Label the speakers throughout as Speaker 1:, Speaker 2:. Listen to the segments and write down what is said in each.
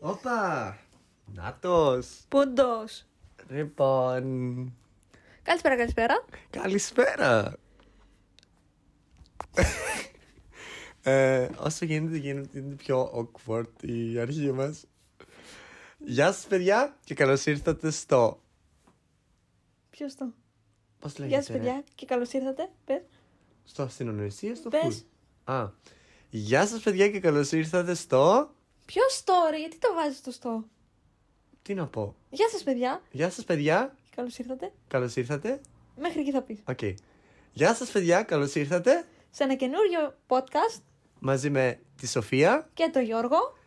Speaker 1: Όπα! Νάτος!
Speaker 2: Ποντό.
Speaker 1: Λοιπόν,
Speaker 2: Καλησπέρα, καλησπέρα.
Speaker 1: καλησπέρα! ε, όσο γίνεται, γίνεται είναι πιο awkward η αρχή μας. Γεια σας παιδιά και καλώς ήρθατε στο...
Speaker 2: Ποιος το.
Speaker 1: Πώς λέγεται
Speaker 2: Γεια σας,
Speaker 1: ρε?
Speaker 2: παιδιά, και καλώς ήρθατε. Πες.
Speaker 1: Στο αστυνονοησία, στο
Speaker 2: Πες.
Speaker 1: full. Α. Γεια σας παιδιά και καλώς ήρθατε στο...
Speaker 2: Ποιο story, γιατί το βάζεις το στο.
Speaker 1: Τι να πω.
Speaker 2: Γεια σας, παιδιά,
Speaker 1: Γεια σας παιδιά,
Speaker 2: και καλώς ήρθατε.
Speaker 1: καλώς ήρθατε.
Speaker 2: Μέχρι εκεί θα πεις.
Speaker 1: Οκ. Γεια σας παιδιά, καλώς ήρθατε.
Speaker 2: Σε ένα καινούριο podcast
Speaker 1: Μαζί με τη Σοφία.
Speaker 2: και το Γιώργο.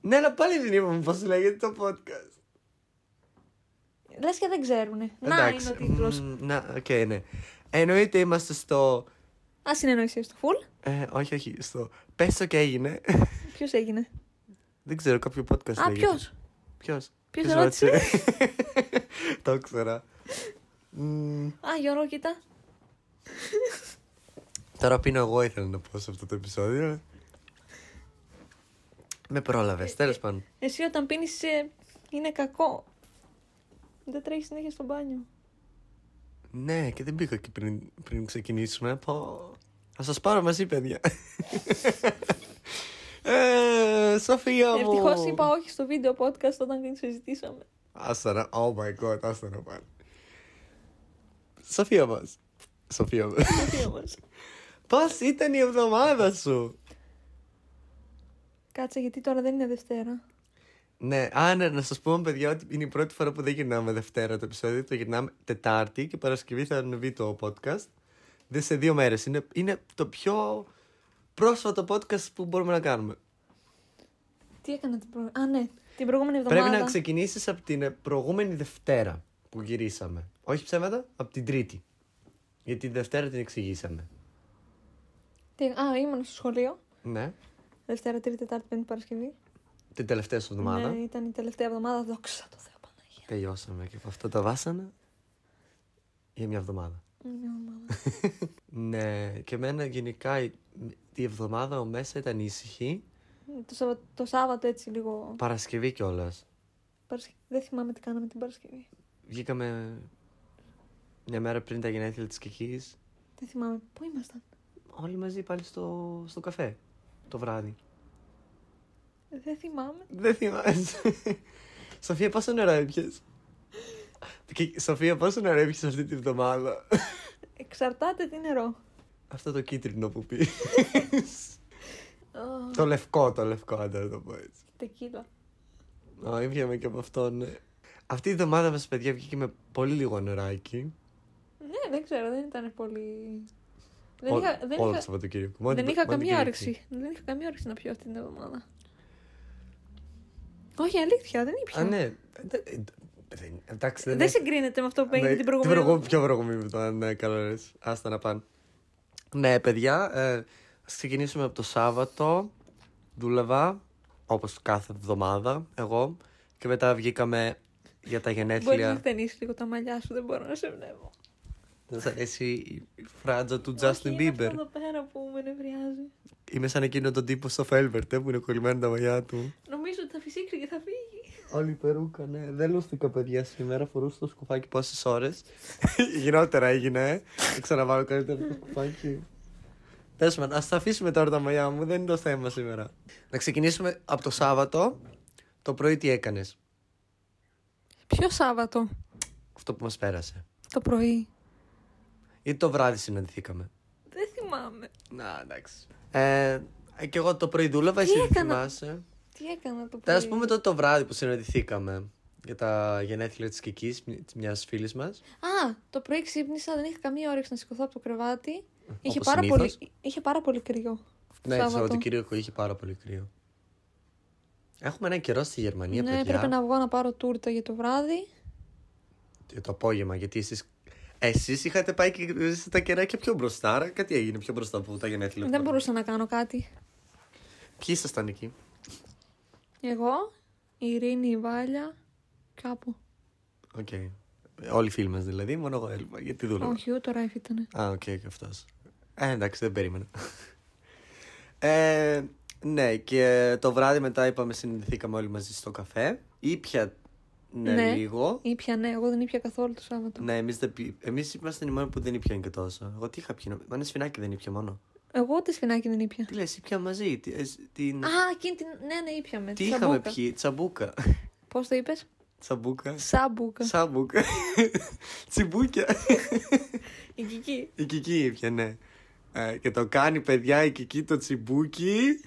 Speaker 1: Ναι, αλλά πάλι δεν είπαμε πώς λέγεται το podcast.
Speaker 2: Λες και δεν ξέρουνε. Να είναι ο τίτλος.
Speaker 1: Μμμ, Να, οκ, ναι. Εννοείται είμαστε στο.
Speaker 2: Ας συνεννοηθεί στο full.
Speaker 1: Ε, όχι, όχι, στο. Πες το και έγινε.
Speaker 2: Ποιος έγινε.
Speaker 1: δεν ξέρω, κάποιο podcast.
Speaker 2: Α, ποιος.
Speaker 1: Ποιος.
Speaker 2: Ποιος ρώτησε?
Speaker 1: το ήξερα. Μμμ,
Speaker 2: Α, Γιώργο, κοίτα.
Speaker 1: τώρα πίνω εγώ, ήθελα να πω σε αυτό το επεισόδιο. Με πρόλαβες, τέλο πάντων.
Speaker 2: Εσύ όταν πίνεις είναι κακό. Δεν τρέχεις συνέχεια στο μπάνιο.
Speaker 1: Ναι, και δεν μπήκα εκεί πριν, πριν ξεκινήσουμε. Πω. Θα σας πάρω μαζί, παιδιά. ε, Σοφία μου.
Speaker 2: Ευτυχώς είπα όχι στο βίντεο podcast όταν συζητήσαμε.
Speaker 1: Άστα να. Oh my god, άστα να πάλι. Σοφία μας. Σοφία μας.
Speaker 2: Τι όμως.
Speaker 1: Πώς ήταν η εβδομάδα σου.
Speaker 2: Κάτσε γιατί τώρα δεν είναι Δευτέρα.
Speaker 1: Ναι, α, ναι, να σας πούμε, παιδιά, ότι είναι η πρώτη φορά που δεν γυρνάμε Δευτέρα το επεισόδιο. Το γυρνάμε Τετάρτη και Παρασκευή θα ανεβεί το podcast. Δεν σε δύο μέρες. Είναι, είναι το πιο πρόσφατο podcast που μπορούμε να κάνουμε.
Speaker 2: Τι έκανα την προηγούμενη. Α, ναι. Την προηγούμενη εβδομάδα.
Speaker 1: Πρέπει να ξεκινήσεις από την ε, προηγούμενη Δευτέρα που γυρίσαμε. Όχι ψέματα, από την Τρίτη. Γιατί τη Δευτέρα την εξηγήσαμε.
Speaker 2: Τι- Α, ήμουν στο σχολείο.
Speaker 1: Ναι.
Speaker 2: Δευτέρα, Τρίτη, Τετάρτη, Πέμπτη Παρασκευή.
Speaker 1: Την τελευταία σου εβδομάδα.
Speaker 2: Ναι, ήταν η τελευταία εβδομάδα. Δόξα τω Θεώ, Παναγία.
Speaker 1: Τελειώσαμε και από αυτά τα βάσανα για μια εβδομάδα.
Speaker 2: Μια εβδομάδα.
Speaker 1: Ναι, και εμένα γενικά η- τη εβδομάδα ο μέσα ήταν ήσυχη.
Speaker 2: το, Σαββα- το Σάββατο έτσι λίγο.
Speaker 1: Παρασκευή κιόλας.
Speaker 2: Παρασκε- Δεν θυμάμαι τι κάναμε την Παρασκευή.
Speaker 1: Βγήκαμε μια μέρα πριν τα γενέθλια της Κικής.
Speaker 2: Δεν θυμάμαι. Πού ήμασταν.
Speaker 1: Όλοι μαζί πάλι στο, στο καφέ το βράδυ.
Speaker 2: Δεν θυμάμαι.
Speaker 1: Δεν θυμάσαι. Σοφία, πόσο νερό έπιες? Και, Σοφία, πόσο νερό έπιες αυτή τη βδομάδα.
Speaker 2: Εξαρτάται τι νερό.
Speaker 1: Αυτό το κίτρινο που πεις.
Speaker 2: Α,
Speaker 1: το λευκό, το λευκό, αν να το πω έτσι.
Speaker 2: Τεκίλα.
Speaker 1: Α, ήπιαμε και από αυτό, ναι. Αυτή η εβδομάδα μας, παιδιά, βγήκε με πολύ λίγο νεράκι.
Speaker 2: Ναι, δεν ξέρω, δεν ήταν πολύ. Δεν
Speaker 1: Ό-
Speaker 2: είχα, δεν
Speaker 1: όλο το
Speaker 2: είχα,
Speaker 1: Σαββατοκύριακο. Μόνο
Speaker 2: δεν
Speaker 1: την-
Speaker 2: είχα
Speaker 1: μόνο την
Speaker 2: καμία
Speaker 1: Κυριακή.
Speaker 2: όρεξη. Δεν είχα καμία όρεξη να πιω αυτή την εβδομάδα. Όχι, αλήθεια, δεν ήπια.
Speaker 1: Α, ναι. Ε, ε, δεν- Εντάξει,
Speaker 2: Δεν,
Speaker 1: δεν έχει-
Speaker 2: συγκρίνεται με αυτό που έγινε
Speaker 1: Ναι,
Speaker 2: την προηγούμενη.
Speaker 1: προηγούμενη- Πιο προηγούμενη ήταν, ναι, καλό ρε. Άστα να πάνε. Ναι, παιδιά, ε, ας ξεκινήσουμε από το Σάββατο. Δούλευα, όπως κάθε εβδομάδα, εγώ. Και μετά βγήκαμε για τα
Speaker 2: Μπορεί να
Speaker 1: γενέθλια.
Speaker 2: χτενίσεις λίγο τα μαλλιά σου, δεν μπορώ να σε βλέπω.
Speaker 1: Δεν σ' αρέσει η η φράτζα του
Speaker 2: Όχι,
Speaker 1: Justin
Speaker 2: είναι
Speaker 1: Bieber.
Speaker 2: Αυτό εδώ πέρα που με νευριάζει.
Speaker 1: Είμαι σαν εκείνο τον τύπο στο Φέλβερτ, ε, που είναι κολλημένα τα μαλλιά του.
Speaker 2: Νομίζω ότι θα φυσήξει και θα φύγει.
Speaker 1: Όλη η περούκα, ναι. Δεν λούστηκα, παιδιά, σήμερα. Φορούσα το σκουφάκι πόσες ώρες. Γινότερα έγινε, ε. Θα ξαναβάλω καλύτερα το σκουφάκι. Τέλο πάντων, ας τα αφήσουμε τώρα τα μαλλιά μου, δεν είναι το θέμα σήμερα. Να ξεκινήσουμε από το Σάββατο. Το πρωί τι έκανες,
Speaker 2: Ποιο Σάββατο
Speaker 1: αυτό που μας πέρασε.
Speaker 2: το πρωί.
Speaker 1: Ή το βράδυ συναντηθήκαμε.
Speaker 2: Δεν θυμάμαι.
Speaker 1: Να, εντάξει. Ε, και εγώ το πρωί δούλευα, εσύ δεν
Speaker 2: έκανα?
Speaker 1: θυμάσαι.
Speaker 2: Τι έκανα το
Speaker 1: Θα
Speaker 2: πρωί.
Speaker 1: ας πούμε τότε το βράδυ που συναντηθήκαμε για τα γενέθλια της Κικής, μιας φίλης μας.
Speaker 2: Α, το πρωί ξύπνησα, δεν είχα καμία όρεξη να σηκωθώ από το κρεβάτι. Είχε
Speaker 1: Όπως
Speaker 2: πάρα,
Speaker 1: συνήθως.
Speaker 2: πολύ, είχε πάρα πολύ κρύο.
Speaker 1: Ναι, το Σαββατοκύριακο είχε πάρα πολύ κρύο. Έχουμε ένα καιρό στη Γερμανία,
Speaker 2: Ναι,
Speaker 1: παιδιά.
Speaker 2: έπρεπε να βγω να πάρω τούρτα για το βράδυ.
Speaker 1: Για το απόγευμα, γιατί εσείς... Εσείς είχατε πάει και γνωρίζετε τα κεράκια πιο μπροστά, άρα κάτι έγινε πιο μπροστά από τα γενέθλια.
Speaker 2: Δεν μπορούσα να κάνω κάτι.
Speaker 1: Ποιοι ήσασταν εκεί.
Speaker 2: Εγώ, η Ειρήνη, η Βάλια, κάπου.
Speaker 1: Οκ. Όλοι οι φίλοι μας δηλαδή, μόνο εγώ έλειπα, γιατί δούλευα.
Speaker 2: Όχι, ούτε ναι. ο Ράιφ ήταν.
Speaker 1: Α, οκ, και αυτός. Ε, εντάξει, δεν περίμενα. Ε, Ναι, και το βράδυ μετά είπαμε συναντηθήκαμε όλοι μαζί στο καφέ. Ήπια ναι,
Speaker 2: Ναι.
Speaker 1: λίγο.
Speaker 2: Ήπια, ναι, εγώ δεν ήπια καθόλου το Σάββατο.
Speaker 1: Ναι, εμείς εμείς ήμασταν οι μόνοι που δεν ήπιαν και τόσο. Εγώ τι είχα πιει, νο- ένα σφινάκι δεν ήπια μόνο.
Speaker 2: Εγώ ούτε σφινάκι δεν ήπια.
Speaker 1: Τι λες, ήπια μαζί. Τι, ε, σ- την...
Speaker 2: Α, εκείνη την. Ναι, ναι, ήπιαμε.
Speaker 1: τι είχαμε πιει, τσαμπούκα.
Speaker 2: Πώς το είπες,
Speaker 1: Τσαμπούκα.
Speaker 2: Σάμπουκα.
Speaker 1: Σάμπουκα. Τσιμπούκια.
Speaker 2: Η Κική.
Speaker 1: Η Κική ήπια, ναι. Ε, και το κάνει, παιδιά, η Κική το τσιμπούκι.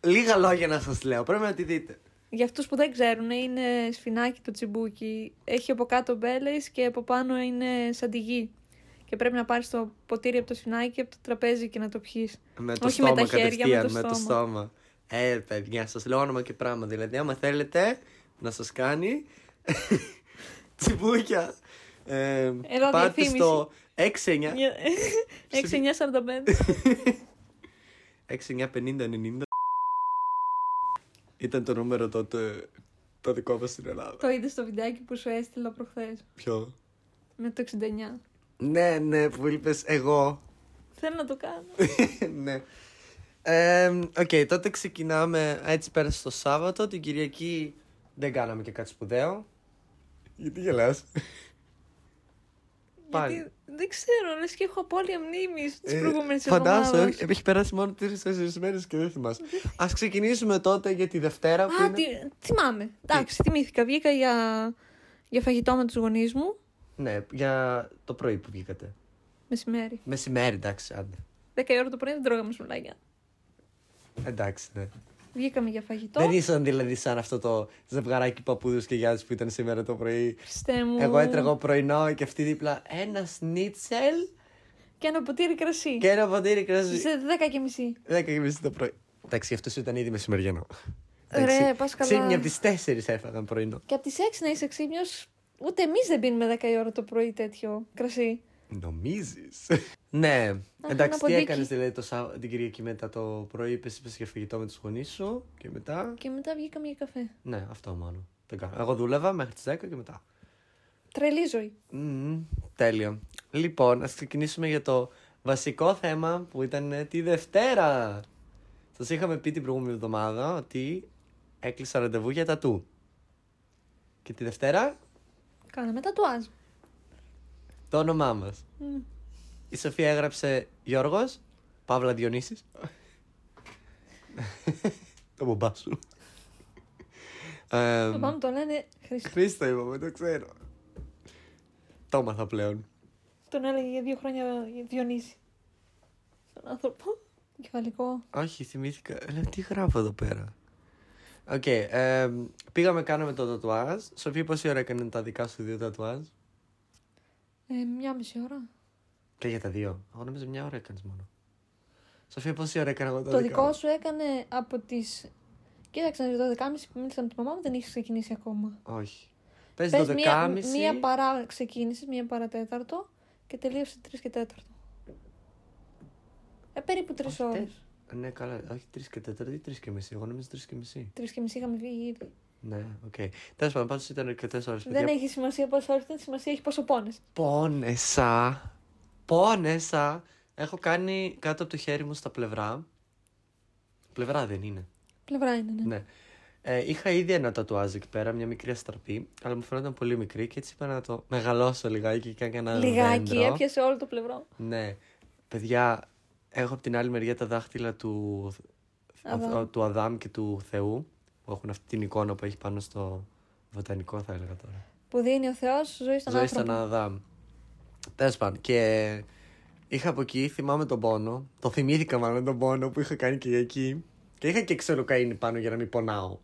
Speaker 1: Λίγα λόγια να σας λέω, πρέπει να τη δείτε.
Speaker 2: Για αυτούς που δεν ξέρουν, είναι σφινάκι το τσιμπούκι. Έχει από κάτω μπέλες και από πάνω είναι σαν τη γη. Και πρέπει να πάρεις το ποτήρι από το σφινάκι από το τραπέζι και να το πιεις.
Speaker 1: Με το
Speaker 2: Όχι με
Speaker 1: στόμα
Speaker 2: τα χέρια,
Speaker 1: κατευθείαν,
Speaker 2: με το στόμα.
Speaker 1: Ε, παιδιά, σας λέω όνομα και πράγμα. Δηλαδή, άμα θέλετε να σας κάνει τσιμπούκια, ε,
Speaker 2: Εδώ
Speaker 1: πάτε
Speaker 2: διαφήμιση.
Speaker 1: στο 69
Speaker 2: 6-9-45.
Speaker 1: 695090. Ήταν το νούμερο τότε το δικό μας στην Ελλάδα.
Speaker 2: Το είδες στο βιντεάκι που σου έστειλα προχθές.
Speaker 1: Ποιο?
Speaker 2: Με το 69.
Speaker 1: Ναι, ναι, που είπες εγώ.
Speaker 2: Θέλω να το κάνω.
Speaker 1: ναι. Ε, Οκ, τότε ξεκινάμε έτσι πέρασε το Σάββατο. Την Κυριακή δεν κάναμε και κάτι σπουδαίο. Γιατί γελάς. Πάλι.
Speaker 2: Γιατί δεν ξέρω, λες και έχω απώλεια μνήμης τη
Speaker 1: Ε,
Speaker 2: προηγούμενη
Speaker 1: Φαντάζομαι,
Speaker 2: εβδομάδα.
Speaker 1: όχι, έχει περάσει μόνο τρει-τέσσερι μέρες και δεν θυμάσαι. Ας ξεκινήσουμε τότε για τη Δευτέρα που
Speaker 2: Α,
Speaker 1: είναι.
Speaker 2: τι, θυμάμαι. Εντάξει, θυμήθηκα. Βγήκα για, για φαγητό με τους γονείς μου.
Speaker 1: Ναι, για το πρωί που βγήκατε.
Speaker 2: Μεσημέρι.
Speaker 1: Μεσημέρι, εντάξει, άντε.
Speaker 2: 10 η ώρα το πρωί δεν τρώγαμε σουβλάκια.
Speaker 1: Εντάξει, ναι.
Speaker 2: Βγήκαμε για φαγητό.
Speaker 1: Δεν ήσαν δηλαδή σαν αυτό το ζευγαράκι παππούδου και γιάδε που ήταν σήμερα το πρωί.
Speaker 2: Χριστέ μου.
Speaker 1: Εγώ έτρεγα πρωινό και αυτή δίπλα ένα σνίτσελ
Speaker 2: Και ένα ποτήρι κρασί.
Speaker 1: και ένα ποτήρι κρασί.
Speaker 2: Σε 10 και μισή.
Speaker 1: Δέκα και μισή το πρωί. Εντάξει, αυτός ήταν ήδη μεσημεριανό.
Speaker 2: Ρε,
Speaker 1: Εντάξει,
Speaker 2: πας καλά.
Speaker 1: Ξύπνια από τι 4 έφαγαν πρωινό.
Speaker 2: Και από τι 6 να είσαι ξύπνιος, ούτε εμείς δεν πίνουμε 10 η ώρα το πρωί τέτοιο κρασί.
Speaker 1: Νομίζεις. ναι.
Speaker 2: Αχ, ένα
Speaker 1: Εντάξει, τι
Speaker 2: ποντίκι.
Speaker 1: έκανες δηλαδή το Σάββα- την Κυριακή μετά το πρωί, είπες είπες για φαγητό με τους γονείς σου και μετά.
Speaker 2: Και μετά βγήκαμε για καφέ.
Speaker 1: Ναι, αυτό μόνο. Δεν κάνω. Εγώ δούλευα μέχρι τις 10 και μετά.
Speaker 2: Τρελή ζωή.
Speaker 1: Μμμ, τέλειο. Λοιπόν, ας ξεκινήσουμε για το βασικό θέμα που ήταν ε, τη Δευτέρα. Σας είχαμε πει την προηγούμενη εβδομάδα ότι έκλεισα ραντεβού για τα του. Και τη Δευτέρα
Speaker 2: Κάναμε τατουάζ.
Speaker 1: το όνομά μας.
Speaker 2: Μμ.
Speaker 1: Η Σοφία έγραψε Γιώργος, Παύλα Διονύσης. το μπομπά σου. Ε,
Speaker 2: Το πάμε το λένε Χρήστο.
Speaker 1: Χρήστο είπαμε, το ξέρω. Το έμαθα πλέον.
Speaker 2: Τον έλεγε για δύο χρόνια Διονύση. Τον άνθρωπο. Κεφαλικό.
Speaker 1: Όχι, θυμήθηκα. Λέω, τι γράφω εδώ πέρα. Οκ, ε, πήγαμε, κάναμε το τατουάζ. Σοφία, πόση ώρα έκανε τα δικά σου δύο τατουάζ.
Speaker 2: Ε, μια μισή ώρα.
Speaker 1: Και για τα δύο. Εγώ νόμιζα μια ώρα έκανες μόνο. Σοφία, πόση ώρα έκανα εγώ τα
Speaker 2: Το
Speaker 1: δικά
Speaker 2: δικό
Speaker 1: μου?
Speaker 2: σου έκανε από τις. Κοίταξε να δεις 12.30 που μίλησα με τη μαμά μου, δεν είχε ξεκινήσει ακόμα.
Speaker 1: Όχι. Πες
Speaker 2: Πες
Speaker 1: το
Speaker 2: μία,
Speaker 1: 12.30.
Speaker 2: μία παρά ξεκίνησες, μία παρά τέταρτο και τελείωσε 3 και τέταρτο. Ε, περίπου 3
Speaker 1: Όχι,
Speaker 2: ώρε.
Speaker 1: τέσσερα. Ναι, καλά. Όχι, τρεις και τέταρτη ή τρεις και μισή. Εγώ νόμιζα τρεις και μισή.
Speaker 2: 3 και μισή είχαμε βγει ήδη.
Speaker 1: Ναι, οκ. Τέλος πάντων, πάντως ήταν αρκετέ ώρε.
Speaker 2: Δεν έχει σημασία πόσε ώρε ήταν, σημασία έχει πόσο πόνε.
Speaker 1: Πόνεσα. Πόνεσα. Έχω κάνει κάτω από το χέρι μου στα πλευρά. Πλευρά δεν είναι.
Speaker 2: Πλευρά είναι, ναι.
Speaker 1: Ναι. Ε, είχα ήδη ένα τατουάζ εκεί πέρα, μια μικρή αστραπή, αλλά μου φαίνονταν πολύ μικρή και έτσι είπα να το μεγαλώσω λιγάκι και έκανα ένα
Speaker 2: Λιγάκι,
Speaker 1: δέντρο.
Speaker 2: έπιασε όλο το πλευρό.
Speaker 1: Ναι. Παιδιά, έχω από την άλλη μεριά τα δάχτυλα του
Speaker 2: Αδάμ.
Speaker 1: Αδάμ, του Αδάμ και του Θεού, που έχουν αυτή την εικόνα που έχει πάνω στο βοτανικό, θα έλεγα τώρα.
Speaker 2: Που δίνει ο Θεός ζωή στον
Speaker 1: Ζωή
Speaker 2: άνθρωπο.
Speaker 1: στον Αδάμ. Τέλος πάντων. Και είχα από εκεί, θυμάμαι τον πόνο. Το θυμήθηκα μάλλον τον πόνο που είχα κάνει και εκεί. Και είχα και ξεροκαίνη πάνω για να μην πονάω.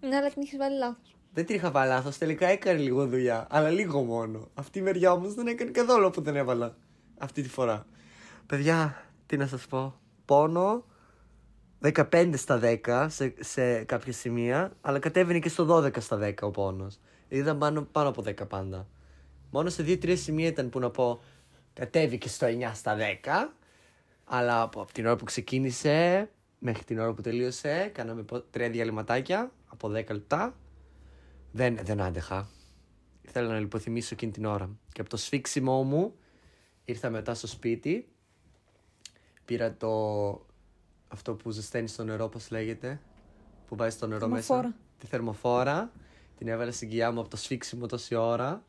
Speaker 2: Ναι, αλλά την έχει βάλει λάθος.
Speaker 1: Δεν την είχα βάλει λάθος, τελικά έκανε λίγο δουλειά. Αλλά λίγο μόνο. Αυτή η μεριά όμως δεν έκανε καθόλου που δεν έβαλα. Αυτή τη φορά. Παιδιά, τι να σας πω. Πόνο 15 στα 10 σε, σε κάποια σημεία, αλλά κατέβαινε και στο 12 στα 10 ο πόνος. Ήταν πάνω, πάνω από 10 πάντα. Μόνο σε 2-3 σημεία ήταν που να πω κατέβηκε στο 9 στα 10, αλλά από, από την ώρα που ξεκίνησε μέχρι την ώρα που τελείωσε, κάναμε πο- τρία διαλυματάκια από 10 λεπτά. Δεν, δεν άντεχα. Ήθελα να λιποθυμίσω εκείνη την ώρα. Και από το σφίξιμό μου ήρθα μετά στο σπίτι. Πήρα το αυτό που ζεσταίνει στο νερό, πώς λέγεται. Που βάζει το νερό μέσα.
Speaker 2: Θερμοφόρα.
Speaker 1: Τη θερμοφόρα. Την έβαλα στην κοιλιά μου από το σφίξιμο τόση ώρα.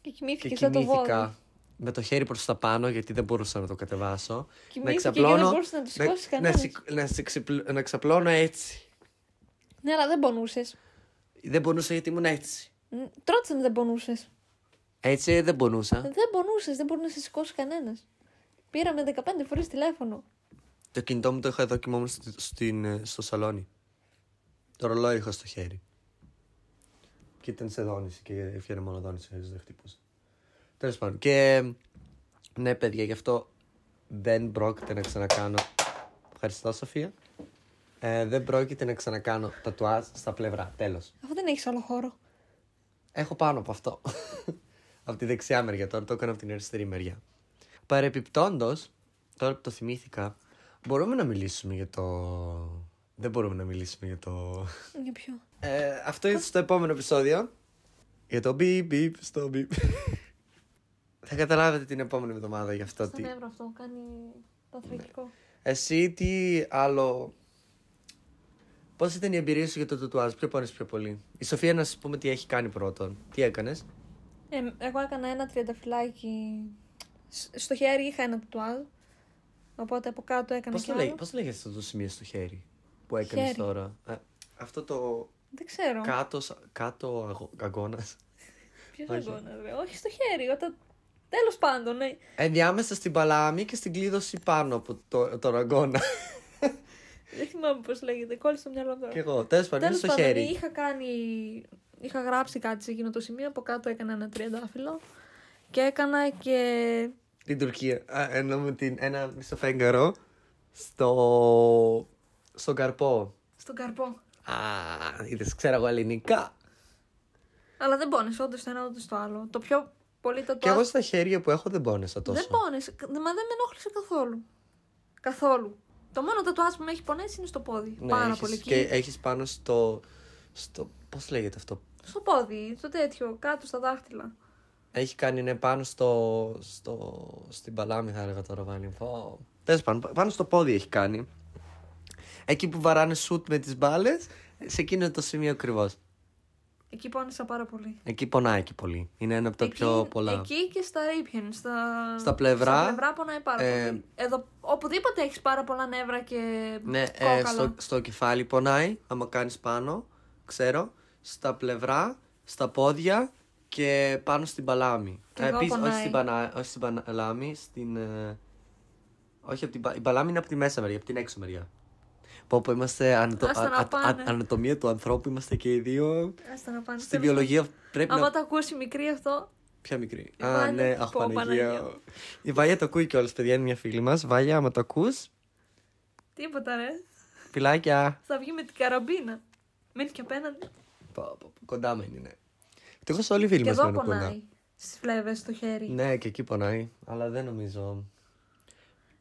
Speaker 2: Και
Speaker 1: Και
Speaker 2: κοιμήθηκε σαν το βόδι.
Speaker 1: κοιμήθηκα με το χέρι προς τα πάνω, γιατί δεν μπορούσα να το κατεβάσω.
Speaker 2: Κοιμήθηκε και δεν μπορούσες να το σηκώσεις
Speaker 1: να,
Speaker 2: κανένας.
Speaker 1: σηκ- να, σε ξυπλ- να ξαπλώνω έτσι.
Speaker 2: Ναι, αλλά δεν πονούσες.
Speaker 1: Δεν μπορούσα γιατί ήμουν έτσι.
Speaker 2: Τρώτσε να δεν πονούσες.
Speaker 1: Έτσι δεν μπορούσα.
Speaker 2: Δεν πονούσες, δεν μπορείς να σε σηκώσει κανένας. Πήραμε 15 φορές τηλέφωνο.
Speaker 1: Το κινητό μου το είχα εδώ κοιμόμουν στη- στην, ε, στο σαλόνι. Το ρολόι είχα στο χέρι. Και ήταν σε δόνηση και έφυγε μόνο δόνηση, έτσι δεν χτυπούσε. Τέλος πάντων. Και ε, ναι, παιδιά, γι' αυτό δεν πρόκειται να ξανακάνω. Ευχαριστώ, Σοφία. Ε, δεν πρόκειται να ξανακάνω τατουάζ στα πλευρά. Τέλος.
Speaker 2: Αφού δεν έχεις άλλο χώρο.
Speaker 1: Έχω πάνω από αυτό. από τη δεξιά μεριά τώρα, το έκανα από την αριστερή μεριά. Παρεπιπτόντως, τώρα που το θυμήθηκα, μπορούμε να μιλήσουμε για το. Δεν μπορούμε να μιλήσουμε για το.
Speaker 2: Για ποιο.
Speaker 1: Ε, αυτό είναι στο επόμενο επεισόδιο. Για το beep beep στο beep. Θα καταλάβετε την επόμενη εβδομάδα γι' αυτό.
Speaker 2: Στον
Speaker 1: Τι... Ναι.
Speaker 2: εύρο αυτό, κάνει το ανθρακικό.
Speaker 1: Εσύ τι άλλο. Πώς ήταν η εμπειρία σου για το τατουάζ, ποιο πόνεσαι πιο πολύ. Η Σοφία να σου πούμε τι έχει κάνει πρώτον. Τι έκανες.
Speaker 2: Ε, εγώ έκανα ένα τριανταφυλάκι. σ- Στο χέρι είχα ένα τατουάζ. Οπότε από κάτω έκανα
Speaker 1: Πώς
Speaker 2: και
Speaker 1: το,
Speaker 2: άλλο.
Speaker 1: λέγε, πώς το λέγεται αυτό το σημείο στο χέρι που έκανες
Speaker 2: Χέρι.
Speaker 1: τώρα. Ε, αυτό το
Speaker 2: Δεν ξέρω.
Speaker 1: κάτω, σα- κάτω αγω, αγώνας.
Speaker 2: Ποιος
Speaker 1: όχι.
Speaker 2: αγώνας, ρε. Όχι στο χέρι. Όταν... Τέλος πάντων, ναι.
Speaker 1: Ενδιάμεσα στην παλάμη και στην κλείδωση πάνω από το, τον αγώνα.
Speaker 2: Δεν θυμάμαι πώς λέγεται. Κόλλησε το μυαλό μου τώρα.
Speaker 1: και εγώ. Τέλος πάντων, είναι
Speaker 2: Τέλο
Speaker 1: στο
Speaker 2: πάντων,
Speaker 1: χέρι.
Speaker 2: είχα κάνει. Είχα γράψει κάτι σε εκείνο το σημείο. Από κάτω έκανα ένα τριαντάφυλλο. Και έκανα και.
Speaker 1: Την Τουρκία. Α, Ενώ με την, ένα μισοφέγγαρο στο, στον καρπό.
Speaker 2: Στον καρπό.
Speaker 1: Α, είδες, ξέρω εγώ ελληνικά.
Speaker 2: Αλλά δεν πόνεσαι, όντως το ένα, όντως το άλλο. Το πιο πολύ το
Speaker 1: Και εγώ στα χέρια που έχω δεν πόνεσα τόσο.
Speaker 2: Δεν πόνεσαι. Μα δεν με ενόχλησε καθόλου. Καθόλου. Το μόνο τατουάζ που με έχει πονέσει είναι στο πόδι.
Speaker 1: Ναι,
Speaker 2: Πάρα
Speaker 1: έχεις-
Speaker 2: πολύ.
Speaker 1: Και
Speaker 2: Και...
Speaker 1: έχεις πάνω στο, στο πώς λέγεται αυτό,
Speaker 2: Στο πόδι, στο τέτοιο, κάτω στα δάχτυλα.
Speaker 1: Έχει κάνει ναι, πάνω στο, στο, στην παλάμη θα έλεγα τώρα βάλει. Πω. Τέλος πάντων, πα- πάνω στο πόδι έχει κάνει. Εκεί που βαράνε σουτ με τις μπάλες, σε εκείνο το σημείο ακριβώς.
Speaker 2: Εκεί πόνεσα πάρα πολύ.
Speaker 1: Εκεί πονάει και πολύ. Είναι ένα από τα πιο πολλά.
Speaker 2: Εκεί και στα ρήπιεν. Στα,
Speaker 1: Στα πλευρά.
Speaker 2: Στα πλευρά πονάει πάρα
Speaker 1: Ε,
Speaker 2: πολύ. Εδώ, οπουδήποτε έχεις πάρα πολλά νεύρα και
Speaker 1: Ναι, ε,
Speaker 2: κόκαλα.
Speaker 1: στο, στο κεφάλι πονάει, άμα κάνεις πάνω, ξέρω, στα πλευρά, στα πόδια και πάνω στην παλάμη.
Speaker 2: Κι εγώ
Speaker 1: επίσης, όχι
Speaker 2: πονάει.
Speaker 1: στην, πανα- όχι στην παλάμη, στην... ε, όχι, από την, πα- η παλάμη είναι από τη μέσα μεριά, από την έξω μεριά. Πω πω, είμαστε ανατο-
Speaker 2: Άστα να
Speaker 1: α- α-
Speaker 2: πάνε.
Speaker 1: α- ανατομία του ανθρώπου, είμαστε και οι δύο.
Speaker 2: Άστα να πάνε.
Speaker 1: ε, Στη
Speaker 2: Τέλος
Speaker 1: βιολογία πρέπει
Speaker 2: πάντων.
Speaker 1: να...
Speaker 2: Άμα το ακούσει μικρή αυτό,
Speaker 1: Ποια μικρή.
Speaker 2: Η
Speaker 1: Α,
Speaker 2: Βάια.
Speaker 1: ναι, αχ,
Speaker 2: Πω,
Speaker 1: Παναγία.
Speaker 2: Παναγία.
Speaker 1: Η Βάγια το ακούει κιόλας, παιδιά, είναι μια φίλη μας. Βάγια, άμα το ακούς,
Speaker 2: τίποτα ρε.
Speaker 1: φιλάκια.
Speaker 2: Θα βγει με την καραμπίνα. Μένει και απέναντι.
Speaker 1: Πω, πω, πω, Κοντά μένει, ναι. Ευτυχώ όλοι οι φίλοι
Speaker 2: Και
Speaker 1: μα
Speaker 2: εδώ
Speaker 1: μένουν κοντά.
Speaker 2: πονάει. Στις φλέβες, στο χέρι.
Speaker 1: Ναι, και εκεί πονάει, αλλά δεν νομίζω.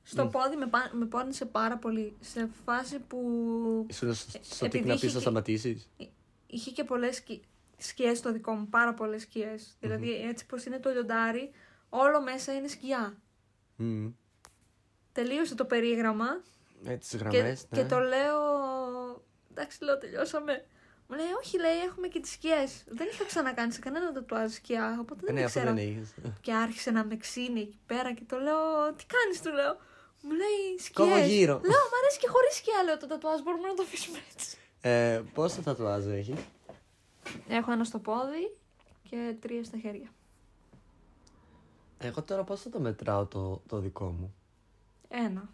Speaker 2: Στο πόδι με, πά- με πόνισε πάρα πολύ. Σε φάση που
Speaker 1: Ήσουν στο- στο
Speaker 2: Ε, επειδή
Speaker 1: τίκ να πεις
Speaker 2: είχε
Speaker 1: να
Speaker 2: και-
Speaker 1: σταματήσεις.
Speaker 2: είχε και πολλές σκιές στο δικό μου. Πάρα πολλές Δηλαδή έτσι πως είναι το λιοντάρι, όλο μέσα είναι σκιά. Τελείωσε το περίγραμμα
Speaker 1: Ναι, τις
Speaker 2: και,
Speaker 1: γραμμές.
Speaker 2: και το λέω. Εντάξει, λέω, τελειώσαμε. Μου λέει, Όχι, λέει, έχουμε και τις σκιές. Δεν είχα ξανακάνει σε κανένα τατουάζ σκιά, οπότε δεν
Speaker 1: Ναι, αυτό
Speaker 2: ήξερα.
Speaker 1: δεν είχες.
Speaker 2: Και άρχισε να με ξύνει εκεί πέρα και το λέω, τι κάνεις του λέω. Μου λέει σκιές.
Speaker 1: Κόβω γύρω.
Speaker 2: Λέω, μ' αρέσει και χωρίς σκιά, λέω το τατουάζ, μπορούμε να το αφήσουμε έτσι.
Speaker 1: Ε, Πόσα τατουάζ έχει,
Speaker 2: Έχω ένα στο πόδι και τρία στα χέρια.
Speaker 1: Εγώ τώρα πώς θα το μετράω το, το δικό μου.
Speaker 2: Ένα.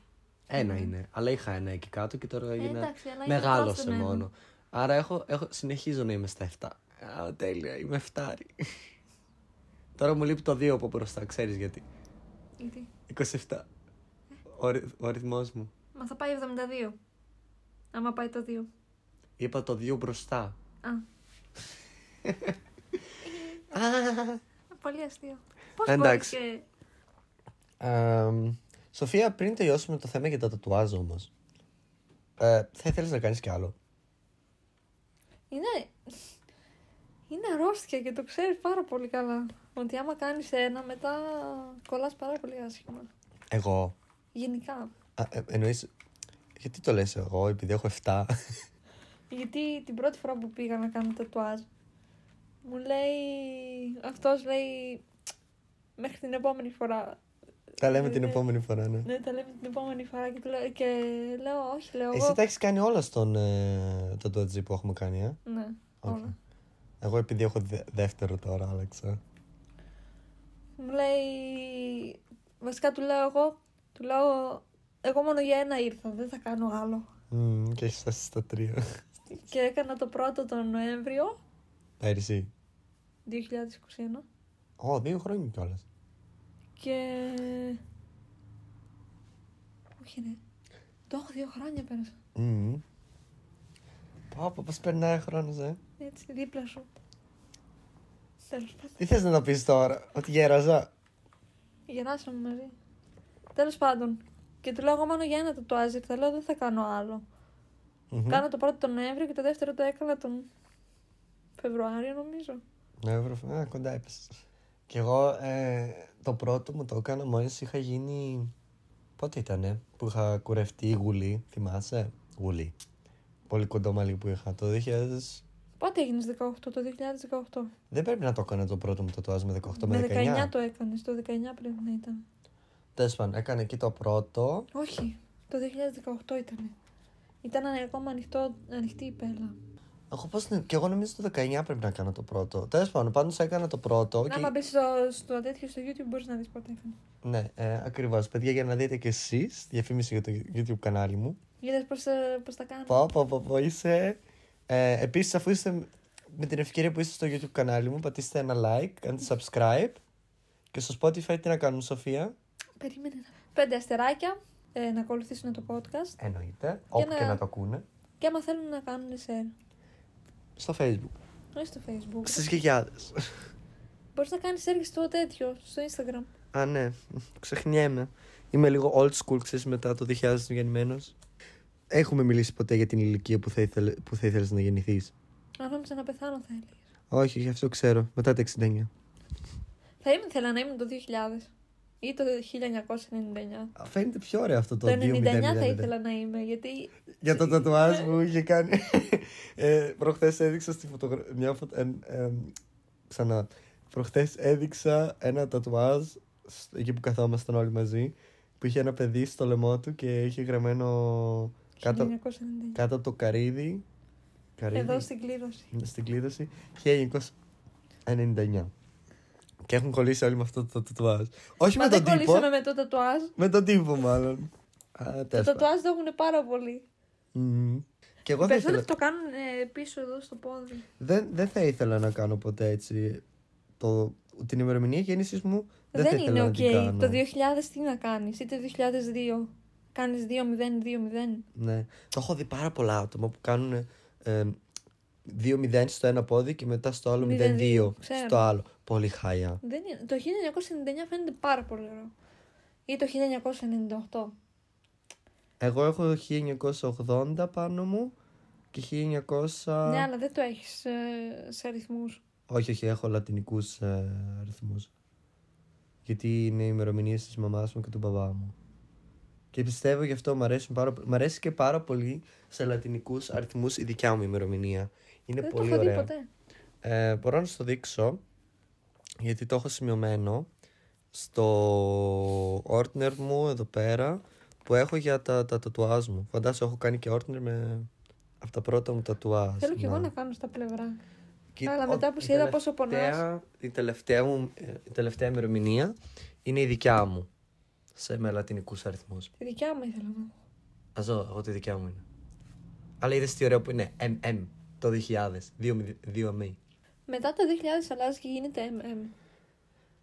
Speaker 1: Ένα είναι. Αλλά είχα ένα εκεί κάτω και τώρα
Speaker 2: Ε,
Speaker 1: έγινε.
Speaker 2: εντάξει, αλλά είναι ναι.
Speaker 1: Μεγάλωσε
Speaker 2: πρόσθετο ένα.
Speaker 1: μόνο. Άρα έχω, έχω, συνεχίζω να είμαι στα 7. Α, τέλεια, είμαι 7. τώρα μου λείπει το 2 από μπροστά, ξέρεις γιατί.
Speaker 2: Γιατί.
Speaker 1: 27. Ο, ρυθ- ο αριθμό μου.
Speaker 2: Μα θα πάει 72. Άμα πάει το 2.
Speaker 1: Είπα το 2 μπροστά.
Speaker 2: Α, πολύ αστείο. Πώς μπορείς
Speaker 1: Εντάξει.
Speaker 2: και...
Speaker 1: Εμ, Σοφία, πριν τελειώσουμε το θέμα για τα τατουάζ όμως. Ε, θα ήθελες να κάνεις κι άλλο.
Speaker 2: Είναι... Είναι αρρώστια και το ξέρεις πάρα πολύ καλά. Ότι άμα κάνεις ένα, μετά κολλάς πάρα πολύ άσχημα.
Speaker 1: Εγώ.
Speaker 2: Γενικά.
Speaker 1: Α, Ε, Εννοείς. Γιατί το λες εγώ, επειδή έχω 7.
Speaker 2: Γιατί την πρώτη φορά που πήγα να κάνω τατουάζ, μου λέει. Αυτός λέει. Μέχρι την επόμενη φορά.
Speaker 1: Τα λέμε την
Speaker 2: Ναι.
Speaker 1: επόμενη φορά, ναι.
Speaker 2: Ναι, τα λέμε την επόμενη φορά και, του λέω, και λέω, όχι, λέω
Speaker 1: Εσύ
Speaker 2: εγώ.
Speaker 1: τα έχεις κάνει όλα στον ε, το τατζί που έχουμε κάνει, ε.
Speaker 2: Ναι,
Speaker 1: Οκ.
Speaker 2: όλα.
Speaker 1: Εγώ επειδή έχω δε- δεύτερο τώρα, άλλαξα.
Speaker 2: Μου λέει. Βασικά του λέω εγώ. Του λέω. Εγώ μόνο για ένα ήρθα, δεν θα κάνω άλλο.
Speaker 1: Μμμ, και έχεις φτάσει στα τρία.
Speaker 2: Και έκανα το πρώτο τον Νοέμβριο
Speaker 1: Πέρυσι.
Speaker 2: 2021.
Speaker 1: Ω, δύο χρόνια κιόλας.
Speaker 2: Και. Όχι, ναι. Το έχω δύο χρόνια πέρασα.
Speaker 1: Πάω, πώ περνάει ο χρόνος, ε.
Speaker 2: Έτσι, δίπλα σου. Τέλος πάντων.
Speaker 1: Τι θες να το πεις τώρα, Ότι γέραζα.
Speaker 2: Γεράσαμε μαζί. Τέλος πάντων. Και του λέω εγώ μόνο για ένα τατουάζ ήρθα. Λέω δεν θα κάνω άλλο.
Speaker 1: Μμμ.
Speaker 2: Κάνω το πρώτο τον Νοέμβριο και το δεύτερο το έκανα τον Φεβρουάριο νομίζω.
Speaker 1: Ναι, βρε, α, κοντά έπεσες. Κι εγώ ε, το πρώτο μου το έκανα μόλις είχα γίνει. Πότε ήτανε, που είχα κουρευτεί γουλή, θυμάσαι. Γουλή. Πολύ κοντόμαλη που είχα. Το 2000.
Speaker 2: Πότε έγινες 18, το 2018.
Speaker 1: Δεν πρέπει να το έκανα το πρώτο μου το τουάζ με 18 με 19.
Speaker 2: με 19 το έκανες, το 19 πρέπει να ήταν.
Speaker 1: Τέλος πάντων, έκανε εκεί το πρώτο.
Speaker 2: Όχι, το 2018 ήταν. Ήταν ακόμα ανοιχτό, ανοιχτή η πέλα.
Speaker 1: Εγώ πώς, είναι- κι εγώ νομίζω το 19 πρέπει να κάνω το πρώτο. Τέλος πάντων, πάντως έκανα το πρώτο.
Speaker 2: Να, άμα μπει στο, στο τέτοιο στο YouTube μπορείς να δεις πότε έκανε.
Speaker 1: Ναι, ε, ακριβώς. Παιδιά, για να δείτε κι εσείς διαφήμιση για το YouTube κανάλι μου.
Speaker 2: Είδε πώ πώς τα κάνω.
Speaker 1: Πω, πω, πω, πω, είσαι. Ε, Επίσης, αφού είστε με την ευκαιρία που είστε στο YouTube κανάλι μου, πατήστε ένα like, κάντε subscribe. Και στο Spotify τι να κάνουμε, Σοφία.
Speaker 2: Περίμενε. να- Πέντε αστεράκια ε, να ακολουθήσουν το podcast.
Speaker 1: Εννοείται. Όπου
Speaker 2: να-
Speaker 1: και να το ακούνε.
Speaker 2: Και άμα θέλουν να κάνουν share.
Speaker 1: Στο Facebook.
Speaker 2: Όχι στο Facebook.
Speaker 1: Στις γιαγιάδες.
Speaker 2: Μπορείς να κάνεις share και στο τέτοιο, στο Instagram.
Speaker 1: Α, ναι. Ξεχνιέμαι. Είμαι λίγο old school, ξέρεις μετά το 2000 γεννημένος. Έχουμε μιλήσει ποτέ για την ηλικία που θα, ήθελε, που θα ήθελες να γεννηθείς.
Speaker 2: Αν νόμιζα να πεθάνω θα έλεγες.
Speaker 1: Όχι, γι' αυτό ξέρω. Μετά τα 69.
Speaker 2: Θα ήμουν, θέλω να ήμουν το 2000 ή το 1999.
Speaker 1: Α, Φαίνεται πιο ωραίο αυτό το δηλαδή.
Speaker 2: Το 99 θα
Speaker 1: 2000.
Speaker 2: ήθελα να είμαι, γιατί
Speaker 1: Για το τατουάζ που είχε κάνει. ε, προχθές έδειξα στη φωτογραφία. Μια φω... ε, ε, ξανά. Προχθές έδειξα ένα τατουάζ σ- εκεί που καθόμασταν όλοι μαζί που είχε ένα παιδί στο λαιμό του και είχε γραμμένο κάτω,
Speaker 2: 1999.
Speaker 1: κάτω από το καρύδι. καρύδι
Speaker 2: Εδώ στην κλήρωση.
Speaker 1: στην κλείδωση 1999. Και έχουν κολλήσει όλοι με αυτό το τατουάζ. Όχι
Speaker 2: Μα
Speaker 1: με τον
Speaker 2: δεν
Speaker 1: τύπο.
Speaker 2: κολλήσαμε με το τατουάζ.
Speaker 1: Με τον τύπο, μάλλον. Α,
Speaker 2: Το
Speaker 1: τέλος πάντων.
Speaker 2: τατουάζ το έχουν πάρα πολύ.
Speaker 1: Μμμ. Και εγώ
Speaker 2: Οι
Speaker 1: θα ήθελα...
Speaker 2: περισσότεροι το κάνουν ε, πίσω εδώ στο πόδι.
Speaker 1: Δεν, δεν θα ήθελα να κάνω ποτέ έτσι το, την ημερομηνία γέννησης μου. Δεν,
Speaker 2: Δεν
Speaker 1: θα ήθελα
Speaker 2: είναι
Speaker 1: να την
Speaker 2: οκ.
Speaker 1: κάνω.
Speaker 2: Το 2000 τι να κάνεις, είτε 2002. Κάνει 2-0-2-0.
Speaker 1: Ναι. Το έχω δει πάρα πολλά άτομα που κάνουν ε, 2-0 στο ένα πόδι και μετά στο άλλο 0-2
Speaker 2: 0-2, ξέρω.
Speaker 1: στο άλλο. Πολύ χάια.
Speaker 2: Δεν είναι- Το 1999 φαίνεται πάρα πολύ ωραίο. Ή το 1998.
Speaker 1: Εγώ έχω 1980 πάνω μου και 1900.
Speaker 2: Ναι, αλλά δεν το έχεις σε αριθμούς.
Speaker 1: Όχι, όχι, έχω λατινικούς ε, αριθμούς. Γιατί είναι οι ημερομηνίες της μαμάς μου και του μπαμπά μου. Και πιστεύω γι' αυτό μου αρέσουν πάρα πολύ. Μ' αρέσει και πάρα πολύ σε λατινικούς αριθμούς η δικιά μου ημερομηνία. Είναι
Speaker 2: Δεν το
Speaker 1: πολύ
Speaker 2: έχω δει
Speaker 1: ωραία.
Speaker 2: ποτέ.
Speaker 1: Ε, μπορώ να σου το δείξω, γιατί το έχω σημειωμένο στο όρτνερ μου εδώ πέρα που έχω για τα, τα τατουάζ μου. Φαντάζομαι έχω κάνει και όρτνερ με από τα πρώτα μου τατουάζ.
Speaker 2: Θέλω κι εγώ
Speaker 1: Να.
Speaker 2: να κάνω στα πλευρά.
Speaker 1: Και
Speaker 2: Αλλά
Speaker 1: ο-
Speaker 2: μετά που
Speaker 1: η
Speaker 2: σε είδα πόσο
Speaker 1: τελευταία- Η τελευταία, μου, ε, η τελευταία ημερομηνία είναι η δικιά μου. Σε με λατινικού αριθμούς.
Speaker 2: Τη δικιά μου ήθελα να έχω.
Speaker 1: Ας δω, εγώ τη δικιά μου είναι. Αλλά είδες τι ωραίο που είναι. MM το 2000. 2 ME.
Speaker 2: Μετά το 2000 αλλάζει και γίνεται MM.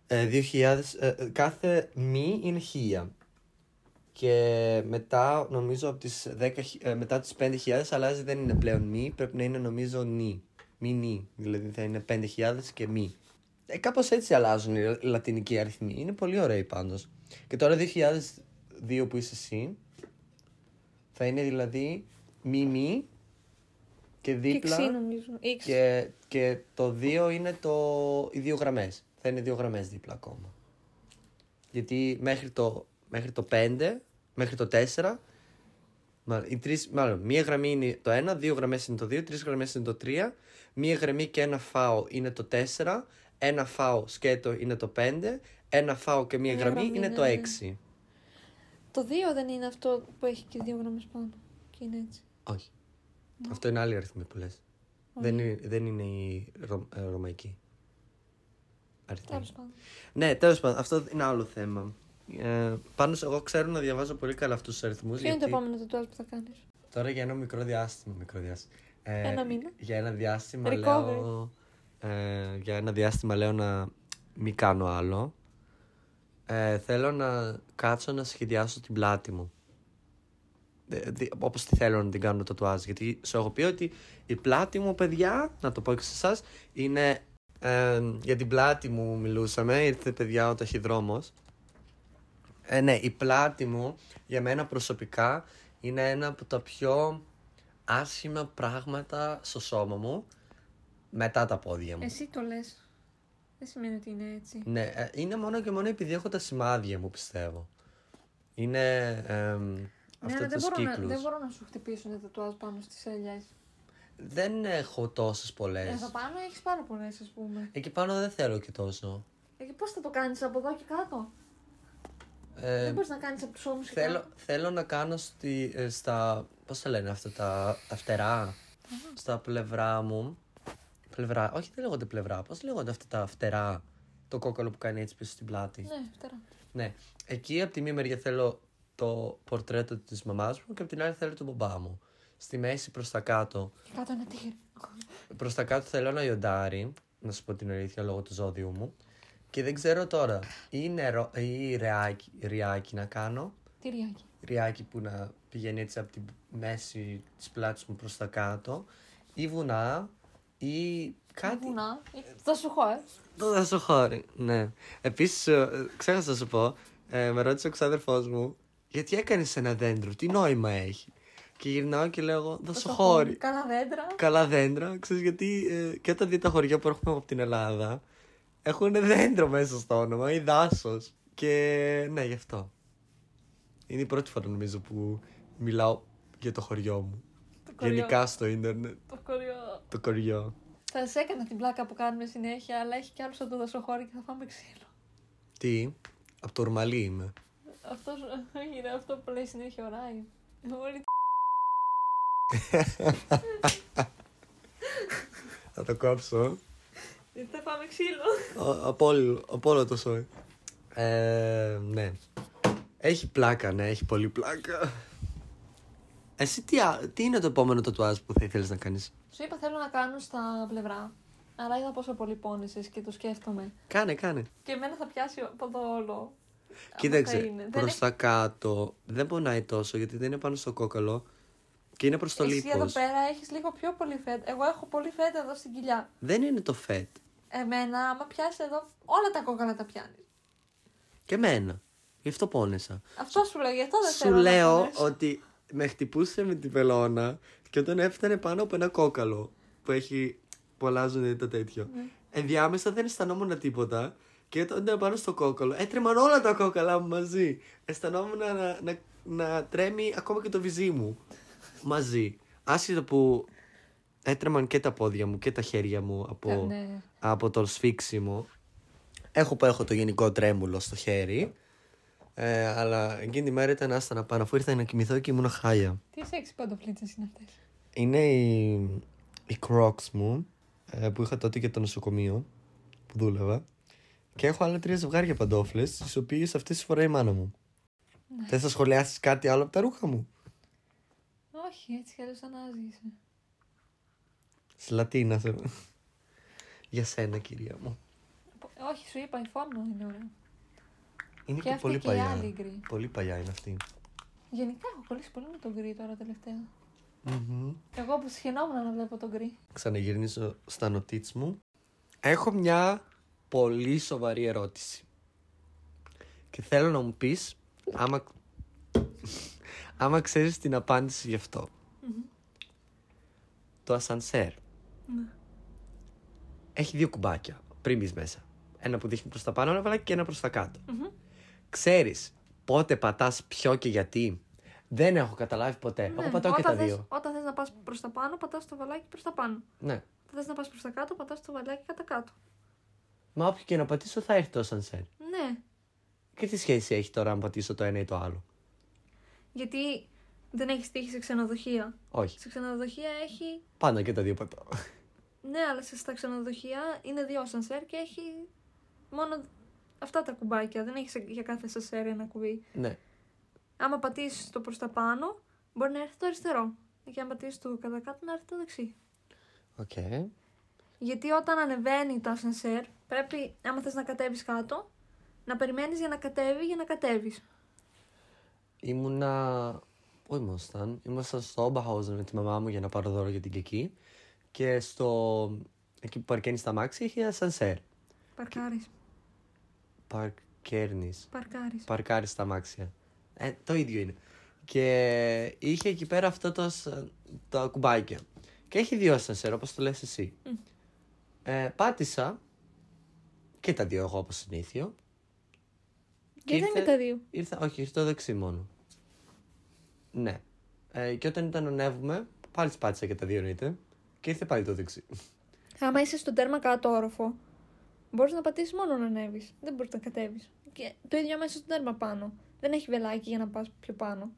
Speaker 1: Ε, 2000, ε, ε, κάθε μη είναι χίλια. Και μετά, νομίζω, από τις 10, χι- ε, μετά τις 5.000 αλλάζει, δεν είναι πλέον μη, πρέπει να είναι νομίζω νη. Μη νη, δηλαδή θα είναι 5.000 και μη. Ε, κάπως έτσι αλλάζουν οι λα- λατινικοί αριθμοί, είναι πολύ ωραίοι πάντως. Και τώρα 2002 που είσαι εσύ, θα είναι δηλαδή μη μη και
Speaker 2: Και
Speaker 1: δίπλα...
Speaker 2: ξύ νομίζω. Ή ξύ.
Speaker 1: Και, και το δύο είναι το, οι δύο γραμμές. Θα είναι δύο γραμμές δίπλα ακόμα. Γιατί μέχρι το, μέχρι το 5, μέχρι το 4, Μάλλον, οι τρεις, μάλλον, μία γραμμή είναι το 1, δύο γραμμές είναι το 2, τρεις γραμμές είναι το 3, μία γραμμή και ένα φάο είναι το 4, ένα φάο σκέτο είναι το 5, ένα φάο και μία
Speaker 2: Μία
Speaker 1: γραμμή, ναι,
Speaker 2: γραμμή
Speaker 1: είναι
Speaker 2: είναι-
Speaker 1: το 6.
Speaker 2: Το 2 δεν είναι αυτό που έχει και δύο γραμμές πάνω. Και είναι έτσι.
Speaker 1: Όχι. Αυτό είναι άλλη αριθμή που λες. Δεν είναι, δεν είναι η ρο, ε, ρωμαϊκή αριθμή.
Speaker 2: Τέλος πάντων.
Speaker 1: Ναι, τέλος πάντων, αυτό είναι άλλο θέμα. Ε, πάνω σε, εγώ ξέρω να διαβάζω πολύ καλά αυτούς τους αριθμούς.
Speaker 2: Ποιο είναι το επόμενο τετουάζ που θα κάνεις.
Speaker 1: Τώρα για ένα μικρό διάστημα. Μικρό διάστημα. Ε,
Speaker 2: Ένα μήνα.
Speaker 1: Για ένα διάστημα
Speaker 2: Recovery.
Speaker 1: λέω. Ε, για ένα διάστημα λέω να μην κάνω άλλο. Ε, θέλω να κάτσω να σχεδιάσω την πλάτη μου. Ε, δι- όπως τη θέλω να την κάνω τατουάζ. Γιατί σου έχω πει ότι η πλάτη μου, παιδιά, να το πω και σε εσάς, είναι. ε, για την πλάτη μου μιλούσαμε, ήρθε παιδιά ο ταχυδρόμος. Ε, ναι, η πλάτη μου για μένα προσωπικά είναι ένα από τα πιο άσχημα πράγματα στο σώμα μου μετά τα πόδια μου.
Speaker 2: Εσύ το λες. Δεν σημαίνει ότι είναι έτσι.
Speaker 1: Ναι, ε, είναι μόνο και μόνο επειδή έχω τα σημάδια μου, πιστεύω. Είναι εμ,
Speaker 2: Ναι,
Speaker 1: αυτό
Speaker 2: αλλά δεν
Speaker 1: το
Speaker 2: μπορώ, να,
Speaker 1: κύκλο.
Speaker 2: δεν
Speaker 1: Δεν,
Speaker 2: μπορώ να σου χτυπήσουν τα τετουάζ πάνω στις ελιές.
Speaker 1: έχω τόσες πολλές.
Speaker 2: Εδώ πάνω έχεις πάρα πολλές, ας πούμε.
Speaker 1: Εκεί πάνω δεν θέλω και τόσο.
Speaker 2: Ε, Πώς θα το κάνεις από εδώ και κάτω.
Speaker 1: Ε,
Speaker 2: δεν μπορείς να κάνεις από τους ώμους και
Speaker 1: θέλω,
Speaker 2: κάτω.
Speaker 1: θέλω να κάνω στη, ε, στα. Πώς τα λένε αυτά, τα, τα φτερά. Στα πλευρά μου. Πλευρά, όχι δεν λέγονται πλευρά. Πώς λέγονται αυτά τα φτερά. Το κόκαλο που κάνει έτσι πίσω στην πλάτη.
Speaker 2: Ναι, φτερά.
Speaker 1: Ναι. Εκεί από τη μία μεριά θέλω το πορτρέτο της μαμάς μου και από την άλλη θέλω τον μπαμπά μου. Στη μέση προς τα κάτω.
Speaker 2: Και κάτω ένα τίγρη.
Speaker 1: Προς τα κάτω θέλω ένα λιοντάρι, να σου πω την αλήθεια λόγω του ζώδιου μου. Και δεν ξέρω τώρα, ή, νερό, ή ρεάκι, ριάκι να κάνω,
Speaker 2: Τυριάκι.
Speaker 1: ριάκι που να πηγαίνει έτσι από τη μέση της πλάτης μου προς τα κάτω, ή βουνά, ή κάτι.
Speaker 2: Βουνά. Θα σου έχω, ε.
Speaker 1: Το δάσο χώρι, ναι. Επίσης, ξέχασα να σου πω, ε, με ρώτησε ο ξάδερφός μου, γιατί έκανες ένα δέντρο, τι νόημα έχει. Και γυρνάω και λέω, δάσο χώρι.
Speaker 2: Κάνα δέντρα.
Speaker 1: Καλά δέντρα, ξέρεις γιατί ε, και όταν δει τα χωριά που έρχομαι από την Ελλάδα, έχουν δέντρο μέσα στο όνομα ή δάσος. Και ναι, γι' αυτό. Είναι η πρώτη φορά νομίζω που μιλάω για το χωριό μου.
Speaker 2: Το κοριό.
Speaker 1: Γενικά στο ίντερνετ,
Speaker 2: Το κοριό.
Speaker 1: το χωριό.
Speaker 2: Θα σε έκανα την πλάκα που κάνουμε συνέχεια, αλλά έχει κι άλλος σαν το δασοχώρι και θα φάμε ξύλο.
Speaker 1: Τι, από το ουρμαλί είμαι.
Speaker 2: Αυτός είναι αυτό που λέει συνέχεια ο Ράιν. Όλοι
Speaker 1: Θα το κόψω.
Speaker 2: τι- θα φάμε ξύλο.
Speaker 1: Α- Από όλο, από όλο το σόι. Ε, ναι. Έχει πλάκα, ναι, έχει πολύ πλάκα. Εσύ τι, α- τι είναι το επόμενο τατουάζ που θα ήθελες να κάνεις.
Speaker 2: Σου είπα θέλω να κάνω στα πλευρά, αλλά είδα πόσο πολύ πόνεσες και το σκέφτομαι.
Speaker 1: Κάνε, κάνε.
Speaker 2: Και εμένα θα πιάσει από εδώ όλο. Άμα θα
Speaker 1: Κοίταξε,
Speaker 2: είναι.
Speaker 1: προ
Speaker 2: Δεν
Speaker 1: τα κάτω δεν πονάει τόσο γιατί δεν είναι πάνω στο κόκαλο και είναι προς το
Speaker 2: έχει... Εσύ εδώ
Speaker 1: λίπος.
Speaker 2: πέρα έχεις λίγο πιο πολύ φέτα. Εγώ έχω πολύ φέτα εδώ στην κοιλιά.
Speaker 1: Δεν είναι το φετ.
Speaker 2: Εμένα, άμα πιάσει εδώ, όλα τα κόκαλα τα πιάνει.
Speaker 1: Και μένα. Γι' αυτό πόνεσα.
Speaker 2: Αυτό σου λέω, γι' αυτό δεν
Speaker 1: Σου
Speaker 2: θέλω. να
Speaker 1: λέω
Speaker 2: πονέσω.
Speaker 1: ότι με χτυπούσε με την πελώνα και όταν έφτανε πάνω από ένα κόκαλο που έχει που αλλάζουν το τέτοιο.
Speaker 2: Ναι.
Speaker 1: Ενδιάμεσα δεν αισθανόμουν τίποτα και όταν ήταν πάνω στο κόκαλο έτρεμαν όλα τα κόκαλα μου μαζί. Αισθανόμουν να, να, να τρέμει ακόμα και το βυζί μου μαζί. Άσχετα που έτρεμαν και τα πόδια μου και τα χέρια μου από,
Speaker 2: Ε, ναι.
Speaker 1: από το σφίξιμο. Έχω που έχω το γενικό τρέμουλο στο χέρι. Ε, αλλά εκείνη τη μέρα ήταν άστα να πάνω, αφού ήρθα να κοιμηθώ και ήμουν χάλια.
Speaker 2: Τι σεξ παντοφλίτσες είναι αυτές.
Speaker 1: Είναι οι, οι Crocs μου ε, που είχα τότε και το νοσοκομείο που δούλευα. Και έχω άλλα τρία ζευγάρια παντόφλες, τις οποίες αυτές τις φοράει η μάνα μου.
Speaker 2: Ναι.
Speaker 1: Θες να σχολιάσεις κάτι άλλο από τα ρούχα μου.
Speaker 2: Όχι, έτσι κι αλλιώς ανάζεις.
Speaker 1: Σλατίνα θέλω. Για σένα, κυρία μου.
Speaker 2: Όχι, σου είπα, η φόρμα είναι ωραία.
Speaker 1: Είναι
Speaker 2: Και
Speaker 1: και,
Speaker 2: αυτή
Speaker 1: πολύ
Speaker 2: και η
Speaker 1: παλιά.
Speaker 2: άλλη η γκρι.
Speaker 1: Πολύ παλιά είναι αυτή.
Speaker 2: Γενικά έχω κολλήσει πολύ με τον γκρι τώρα τελευταία. Εγώ που συχαινόμουν να βλέπω τον γκρι.
Speaker 1: Ξαναγυρνήσω στα νοτίτς μου. Έχω μια πολύ σοβαρή ερώτηση. Και θέλω να μου πεις άμα, άμα ξέρεις την απάντηση γι' αυτο Το ασανσέρ.
Speaker 2: Ναι.
Speaker 1: Έχει δύο κουμπάκια πριν μπεις μέσα. Ένα που δείχνει προς τα πάνω όλα και ένα προς τα κατω Ξέρεις πότε πατάς ποιο και γιατί. Δεν έχω καταλάβει ποτέ.
Speaker 2: Ναι.
Speaker 1: Ε, Εγώ πατάω και τα
Speaker 2: Όταν θες-
Speaker 1: δύο.
Speaker 2: Όταν θες να πας προς τα πάνω, πατάς το βαλάκι προς τα πάνω.
Speaker 1: Ναι.
Speaker 2: Όταν θες να πας προς τα κάτω, πατάς το βαλάκι κατά κάτω.
Speaker 1: Μα όποιο και να πατήσω θα έρθει το σανσέρ.
Speaker 2: Ναι.
Speaker 1: Και τι σχέση έχει τώρα αν πατήσω το ένα ή το άλλο.
Speaker 2: Γιατί δεν έχεις τύχει σε ξενοδοχεία.
Speaker 1: Όχι.
Speaker 2: Σε ξενοδοχεία έχει.
Speaker 1: Πάνω και τα δύο πατάω.
Speaker 2: Ναι, αλλά σε- στα ξενοδοχεία είναι δύο σανσέρ και έχει μόνο αυτά τα κουμπάκια. Δεν έχεις για κάθε σανσέρ ένα κουμπί.
Speaker 1: ναι.
Speaker 2: Άμα πατήσεις το προς τα πάνω, μπορεί να έρθει το αριστερό. Και αν πατήσεις το κατά κάτω, να έρθει το δεξί.
Speaker 1: Οκ.
Speaker 2: Γιατί όταν ανεβαίνει το ασανσέρ, πρέπει, άμα θες να κατέβεις κάτω, να περιμένεις για να κατέβει, για να κατέβεις.
Speaker 1: Ήμουνα. Πού ήμασταν. Ήμασταν στο Όμπαχάουζεν με τη μαμά μου για να πάρω δώρο για την Κική. Και στο. εκεί που παρκένεις τα μάξι είχε ένα σανσέρ.
Speaker 2: Παρκάρεις,
Speaker 1: Παρκέρνεις.
Speaker 2: παρκάρεις.
Speaker 1: Παρκάρεις στα μάξια. Ε, το ίδιο είναι. Και είχε εκεί πέρα αυτό το, σ- τα κουμπάκια. Και έχει δύο σανσέρ, όπως το λες εσύ. Ε, πάτησα. Και τα δύο εγώ, όπως συνήθιο. Και
Speaker 2: Γιατί
Speaker 1: ήρθε-
Speaker 2: με τα δύο.
Speaker 1: Ήρθα, όχι, ήρθε το δεξί μόνο. Ναι. Ε, και όταν ήταν ανέβουμε, πάλι σπάτησα και τα δύο εννοείται. Και ήρθε πάλι το δεξί.
Speaker 2: Άμα είσαι στο τέρμα κάτω όροφο, μπορείς να πατήσεις μόνο να ανέβεις. Δεν μπορείς να κατέβεις. Και το ίδιο άμα είσαι στο τέρμα πάνω. Δεν έχει βελάκι για να πας πιο πάνω.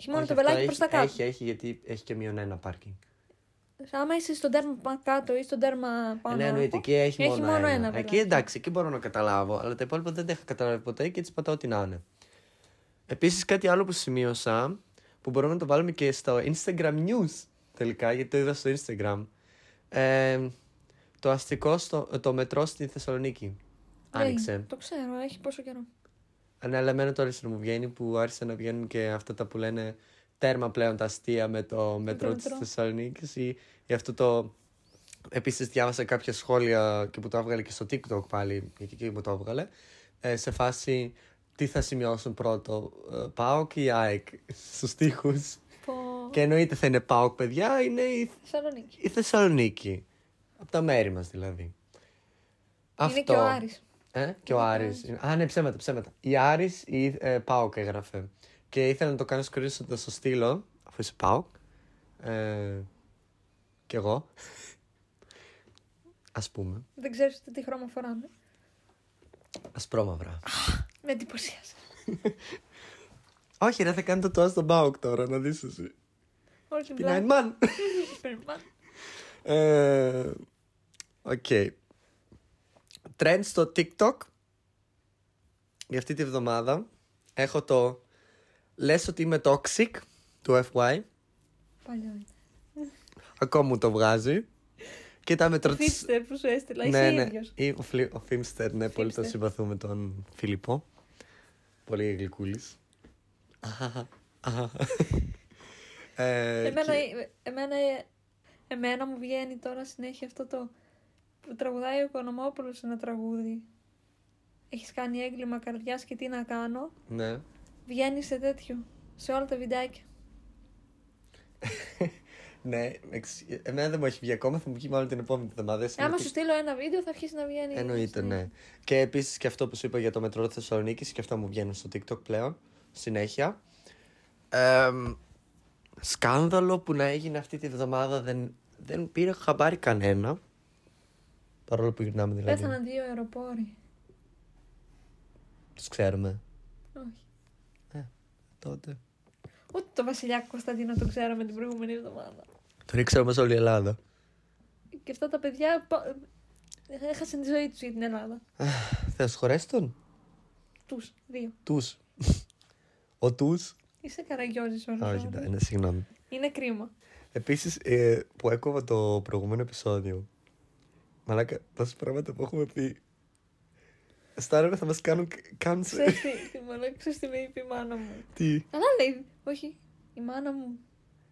Speaker 2: Έχει μόνο
Speaker 1: Όχι,
Speaker 2: το
Speaker 1: αυτό
Speaker 2: βελάκι
Speaker 1: έχει-
Speaker 2: προς τα κάτω.
Speaker 1: Έχει, έχει, γιατί έχει και μείον ένα πάρκινγκ.
Speaker 2: Άμα είσαι στο τέρμα πα- κάτω ή στο τέρμα πάνω.
Speaker 1: ναι,
Speaker 2: όροφο,
Speaker 1: εννοείται. Εκεί έχει, μόνο, ένα.
Speaker 2: βελάκι.
Speaker 1: εκεί εντάξει, εκεί μπορώ να καταλάβω. Αλλά τα υπόλοιπα δεν τα είχα καταλάβει ποτέ και έτσι πατάω την άνε. Επίσης κάτι άλλο που σημείωσα που μπορούμε να το βάλουμε και στο Instagram News τελικά, γιατί το είδα στο Instagram. Ε, το αστικό, στο, το μετρό στη Θεσσαλονίκη.
Speaker 2: Ναι,
Speaker 1: Άνοιξε.
Speaker 2: Το ξέρω, έχει πόσο καιρό.
Speaker 1: Ναι, αλλά εμένα το αριστερό μου βγαίνει που άρχισε να βγαίνουν και αυτά τα που λένε τέρμα πλέον τα αστεία με το μετρό της
Speaker 2: μετρό.
Speaker 1: Θεσσαλονίκης ή, ή αυτό το... Επίσης διάβασα κάποια σχόλια και που το έβγαλε και στο TikTok πάλι, γιατί εκεί μου το έβγαλε, ε, σε φάση τι θα σημειώσουν πρώτο, ε, ΠΑΟΚ ή ΑΕΚ στους τοίχους.
Speaker 2: Πω.
Speaker 1: Και εννοείται θα είναι ΠΑΟΚ παιδιά, είναι η,
Speaker 2: Θεσσαλονίκη.
Speaker 1: η Θεσσαλονίκη. Από τα μέρη μας δηλαδή.
Speaker 2: Είναι και ο Άρης.
Speaker 1: Ε, και ο Άρης. Είναι- Α, ναι, ψέματα, ψέματα. Η Άρης ή ε, ΠΑΟΚ έγραφε. Και ήθελα να το κάνω screenshot να στο στείλω, αφού είσαι ΠΑΟΚ. Ε, κι εγώ. Ας πούμε.
Speaker 2: Δεν ξέρεις τι χρώμα φοράνε.
Speaker 1: Ασπρόμαυρα.
Speaker 2: Με εντυπωσίασε.
Speaker 1: Όχι ρε, θα κάνω το τουάς στον ΠΑΟΚ τώρα, να δεις εσύ.
Speaker 2: Όλη την
Speaker 1: Την
Speaker 2: πλάτη.
Speaker 1: Αϊνμάν.
Speaker 2: Περιμένω.
Speaker 1: Ε, Οκ. Trend στο TikTok για αυτή τη βδομάδα έχω το «Λες ότι είμαι toxic» του FY.
Speaker 2: Παλιό είναι.
Speaker 1: Ακόμα μου το βγάζει. Και τα μετρό της...
Speaker 2: Φίτστερ που σου έστειλα,
Speaker 1: Ναι,
Speaker 2: είσαι
Speaker 1: ναι.
Speaker 2: ίδιος.
Speaker 1: Ή ο, Φλι... ο Φίμστερ, ναι, πολύ τον
Speaker 2: Φίμστερ.
Speaker 1: συμπαθούμε τον Φιλιππό. Πολύ γλυκούλης. Αχαχα, αχαχα. Ε,
Speaker 2: Εμένα,
Speaker 1: και-
Speaker 2: ε, εμένα, ε, εμένα μου βγαίνει τώρα συνέχεια αυτό το που τραγουδάει ο Οικονομόπουλος ένα τραγούδι. Έχεις κάνει έγκλημα καρδιάς και τι να κάνω.
Speaker 1: Ναι.
Speaker 2: Βγαίνεις σε τέτοιο. Σε όλα τα βιντεάκια.
Speaker 1: Ναι, εξ- εμένα δεν μου έχει βγει ακόμα, θα μου βγει μάλλον την επόμενη εβδομάδα. Εσύ
Speaker 2: Άμα
Speaker 1: μου
Speaker 2: σου
Speaker 1: έχεις-
Speaker 2: στείλω ένα βίντεο θα αρχίσει να βγαίνει.
Speaker 1: Ε, Εννοείται, ναι. Και επίσης και αυτό που σου είπα για το μετρό της Θεσσαλονίκης και αυτά μου βγαίνουν στο TikTok πλέον συνέχεια. Εμ, σκάνδαλο που να έγινε αυτή τη βδομάδα δεν, δεν πήρε χαμπάρι κανένα. Παρόλο που γυρνάμε δηλαδή.
Speaker 2: Πέθαναν δύο αεροπόροι.
Speaker 1: Τους ξέρουμε.
Speaker 2: Όχι.
Speaker 1: Τότε.
Speaker 2: Ούτε το Βασιλιά Κωνσταντίνο το ξέραμε την προηγούμενη εβδομάδα.
Speaker 1: Τον ήξερα μέσα όλη η Ελλάδα.
Speaker 2: Και αυτά τα παιδιά πα- έχασαν τη ζωή τους για την Ελλάδα.
Speaker 1: Θα σου χωρέσεις τον.
Speaker 2: Τους, δύο.
Speaker 1: Τους. Ο τους.
Speaker 2: Είσαι καραγκιόζης όλος.
Speaker 1: Όχι,
Speaker 2: τώρα.
Speaker 1: ναι, συγγνώμη.
Speaker 2: Είναι κρίμα.
Speaker 1: Επίσης, ε, που έκοβα το προηγούμενο επεισόδιο. Μαλάκα, τόσα πράγματα που έχουμε πει. Στάρευε θα μας κάνουν cancel.
Speaker 2: Ξέρεις τι- τι, μάνα- ξέρεις τι με είπε η μάνα μου.
Speaker 1: Τι.
Speaker 2: Καλά λέει, όχι, η μάνα μου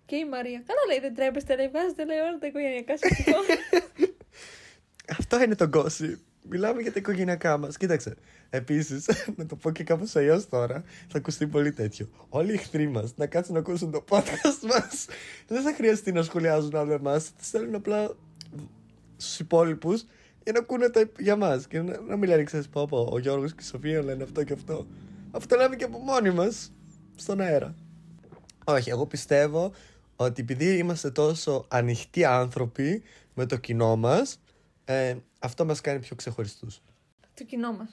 Speaker 2: και η Μαρία. Καλά λέει, δεν τρέπεστε, λέει, βγάζετε, λέει, όλα τα οικογενειακά σου φυτό.
Speaker 1: Αυτό είναι το gossip. Μιλάμε για τα οικογενειακά μας. Κοίταξε. Επίσης, να το πω και κάπως αλλιώς τώρα, θα ακουστεί πολύ τέτοιο. Όλοι οι εχθροί μας να κάτσουν να ακούσουν το podcast μας. Δεν θα χρειαστεί να σχολιάζουν άλλο εμάς. Θα στέλνουν απλά στου υπόλοιπου για να ακούνε τα υπ- για μας. Και να, να μιλάνε, ξέρεις, πω, πω, ο Γιώργος και η Σοφία λένε αυτό και αυτό. Αυτό λέμε και από μόνοι μας στον αέρα. Όχι, εγώ πιστεύω ότι επειδή είμαστε τόσο ανοιχτοί άνθρωποι με το κοινό μας, ε, αυτό μας κάνει πιο ξεχωριστούς.
Speaker 2: Το κοινό μας.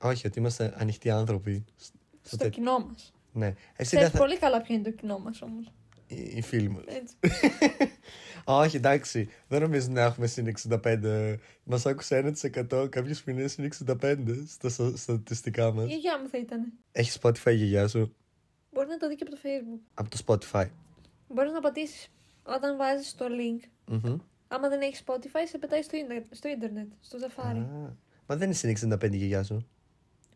Speaker 1: Όχι, ότι είμαστε ανοιχτοί άνθρωποι. σ-
Speaker 2: Στο
Speaker 1: τέ-
Speaker 2: κοινό μας.
Speaker 1: Ναι. Εσύ
Speaker 2: Ξέρεις
Speaker 1: δεν θα...
Speaker 2: πολύ καλά ποιο είναι το κοινό μας όμως.
Speaker 1: Οι, οι φίλοι μας.
Speaker 2: Έτσι.
Speaker 1: Όχι, εντάξει. Δεν νομίζω να έχουμε συν 65. Μας άκουσε 1% κάποιου μηνέ συν 65 στα σο- στατιστικά μας.
Speaker 2: Η γιαγιά μου θα ήταν.
Speaker 1: Έχεις Spotify, γιαγιά σου.
Speaker 2: Μπορεί να το δει και από το Facebook.
Speaker 1: Από το Spotify.
Speaker 2: Μπορείς να πατήσεις όταν βάζεις το link.
Speaker 1: Μμμ.
Speaker 2: Άμα δεν έχεις Spotify, σε πετάει στο, ίντερ- στο ίντερνετ, στο ζαφάρι.
Speaker 1: Α, Μα δεν είναι συν 65 η γιαγιά σου.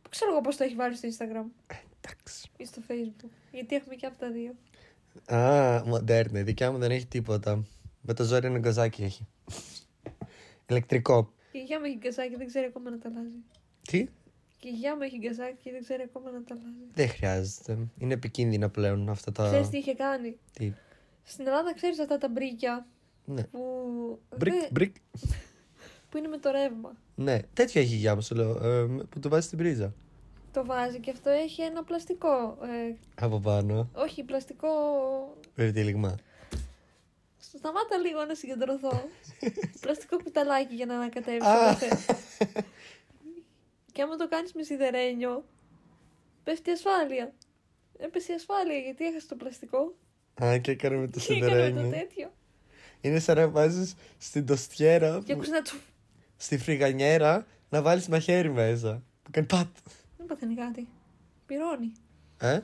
Speaker 2: Που ξέρω εγώ πώς το έχει βάλει στο Instagram
Speaker 1: Εντάξει.
Speaker 2: ή στο Facebook. Γιατί έχουμε και αυτά τα δύο.
Speaker 1: Α, μοντέρνα. Η δικιά μου δεν έχει τίποτα. Με το ζόρι ένα γκαζάκι έχει. Ηλεκτρικό.
Speaker 2: Και η γιαγιά μου έχει γκαζάκι και δεν ξέρει ακόμα να τα αλλάζει.
Speaker 1: Τι?
Speaker 2: Και η γιαγιά μου έχει γκαζάκι και δεν ξέρει ακόμα να τα αλλάζει.
Speaker 1: Δεν χρειάζεται. Είναι επικίνδυνα πλέον αυτά τα.
Speaker 2: Ξέρεις τι είχε κάνει.
Speaker 1: Τι.
Speaker 2: Στην Ελλάδα ξέρεις αυτά τα μπρίκια
Speaker 1: Ναι.
Speaker 2: που...
Speaker 1: Μπρικ,
Speaker 2: δεν-
Speaker 1: μπρικ.
Speaker 2: που είναι με το ρεύμα.
Speaker 1: Ναι, τέτοιο έχει η γιαγιά μου, σου λέω. ε, που το βάζεις στην πρίζα.
Speaker 2: Το βάζει και αυτό έχει ένα πλαστικό. ε,
Speaker 1: Από πάνω.
Speaker 2: όχι, πλαστικό.
Speaker 1: Περιτύλιγμα.
Speaker 2: Σταμάτα λίγο να συγκεντρωθώ. πλαστικό κουταλάκι για να ανακατεύσει.
Speaker 1: Α.
Speaker 2: και άμα το κάνεις με σιδερένιο, πέφτει η ασφάλεια. Έπεσε η ασφάλεια γιατί έχασε το πλαστικό.
Speaker 1: Α, και έκανε με το
Speaker 2: Και έκανε το
Speaker 1: σιδερένιο.
Speaker 2: τέτοιο.
Speaker 1: Είναι σαν να βάζεις στην τοστιέρα,
Speaker 2: Και
Speaker 1: που-
Speaker 2: ακούσε να τσουφ.
Speaker 1: στη φρυγανιέρα, να βάλεις μαχαίρι μέσα. Που κάνει πατ.
Speaker 2: Δεν παθαίνει κάτι. Πυρώνει.
Speaker 1: Ε,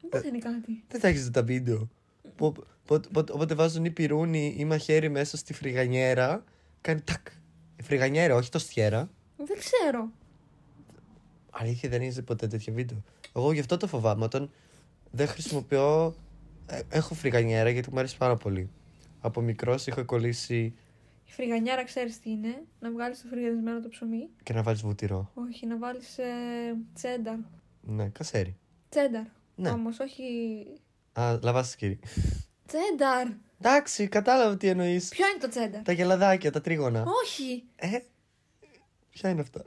Speaker 2: Δεν παθαίνει κάτι.
Speaker 1: δεν τα έχεις δει τα βίντεο. Που, πο- πο- όποτε βάζουν ή πυρούνι ή μαχαίρι μέσα στη φρυγανιέρα, κάνει τάκ. Η φρυγανιέρα, όχι τοστιέρα.
Speaker 2: Δεν ξέρω.
Speaker 1: Αλήθεια, δεν είδες ποτέ τέτοιο βίντεο. Εγώ γι' αυτό το φοβάμαι. Όταν δεν χρησιμοποιώ. ε, έχω φρυγανιέρα γιατί μου αρέσει πάρα πολύ. Από μικρός είχα κολλήσει
Speaker 2: Η φρυγανιάρα ξέρεις τι είναι. Να βγάλεις το φρυγανισμένο το ψωμί.
Speaker 1: και να βάλεις βουτυρό.
Speaker 2: Όχι, να βάλεις ε, τσένταρ.
Speaker 1: Ναι, κασέρι.
Speaker 2: Τσένταρ.
Speaker 1: Ναι.
Speaker 2: Όμως, όχι.
Speaker 1: Α, λαβάσικη.
Speaker 2: Τσένταρ!
Speaker 1: Εντάξει, κατάλαβα τι εννοείς.
Speaker 2: Ποιο είναι το τσένταρ?
Speaker 1: Τα γελαδάκια, τα τρίγωνα.
Speaker 2: Όχι!
Speaker 1: Ε, ποια είναι αυτά.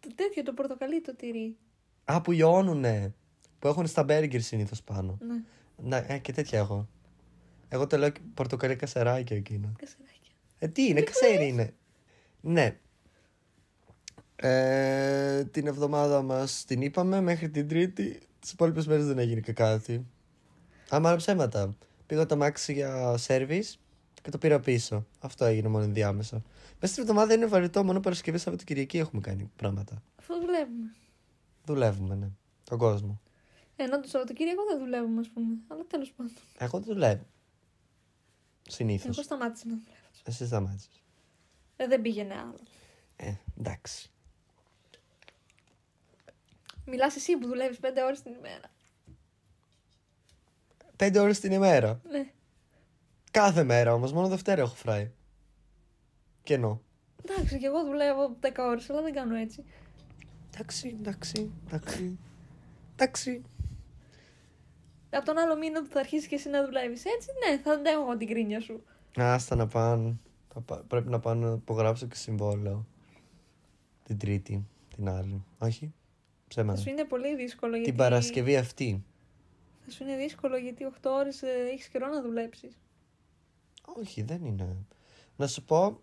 Speaker 2: Το τέτοιο το πορτοκαλί το τυρί.
Speaker 1: Α, που λιώνουνε. Που έχουν στα μπέργκερ συνήθως πάνω.
Speaker 2: Ναι,
Speaker 1: Να, ε, και τέτοια έχω. Εγώ το λέω και πορτοκαλί κασεράκια εκείνο.
Speaker 2: κασεράκια.
Speaker 1: Ε, τι είναι, κασέρι είναι. Ναι. Ε, την εβδομάδα μας την είπαμε μέχρι την Τρίτη. Τις υπόλοιπες μέρες δεν έγινε και κάτι. Άμα άλλα ψέματα. Πήγα το μάξι για σερβις και το πήρα πίσω. Αυτό έγινε μόνο ενδιάμεσα. Μέσα στην εβδομάδα είναι βαρυτό, μόνο Παρασκευή, Σάββατο, Κυριακή έχουμε κάνει πράγματα.
Speaker 2: Αυτό δουλεύουμε.
Speaker 1: Δουλεύουμε, ναι. Τον κόσμο.
Speaker 2: Ενώ το Σαββατοκύριακο δεν δουλεύουμε, ας πούμε. Αλλά τέλος πάντων.
Speaker 1: Εγώ δεν δουλεύω. Συνήθως.
Speaker 2: Εγώ σταμάτησα να δουλεύω.
Speaker 1: Εσύ σταμάτησε.
Speaker 2: Ε, δεν πήγαινε άλλο.
Speaker 1: Ε, εντάξει.
Speaker 2: Μιλάς εσύ που δουλεύεις 5 ώρες την ημέρα.
Speaker 1: Πέντε ώρες την ημέρα.
Speaker 2: Ναι.
Speaker 1: Κάθε μέρα όμως, μόνο Δευτέρα έχω φράι. Κενό.
Speaker 2: Εντάξει, και εγώ δουλεύω 10 ώρες, αλλά δεν κάνω έτσι.
Speaker 1: Εντάξει, εντάξει, εντάξει. Εντάξει.
Speaker 2: Από τον άλλο μήνα που θα αρχίσεις και εσύ να δουλεύεις έτσι, ναι, θα αντέχω εγώ την κρίνια σου.
Speaker 1: Άστα να πάνε. Θα πα- Πρέπει να πάω να υπογράψω και συμβόλαιο. Την Τρίτη, την άλλη. Όχι. Ψέμα.
Speaker 2: Θα σου είναι πολύ δύσκολο γιατί.
Speaker 1: Ναι. Την Παρασκευή αυτή.
Speaker 2: Θα σου είναι δύσκολο γιατί 8 ώρε έχεις καιρό να δουλέψεις.
Speaker 1: Όχι, δεν είναι. Να σου πω,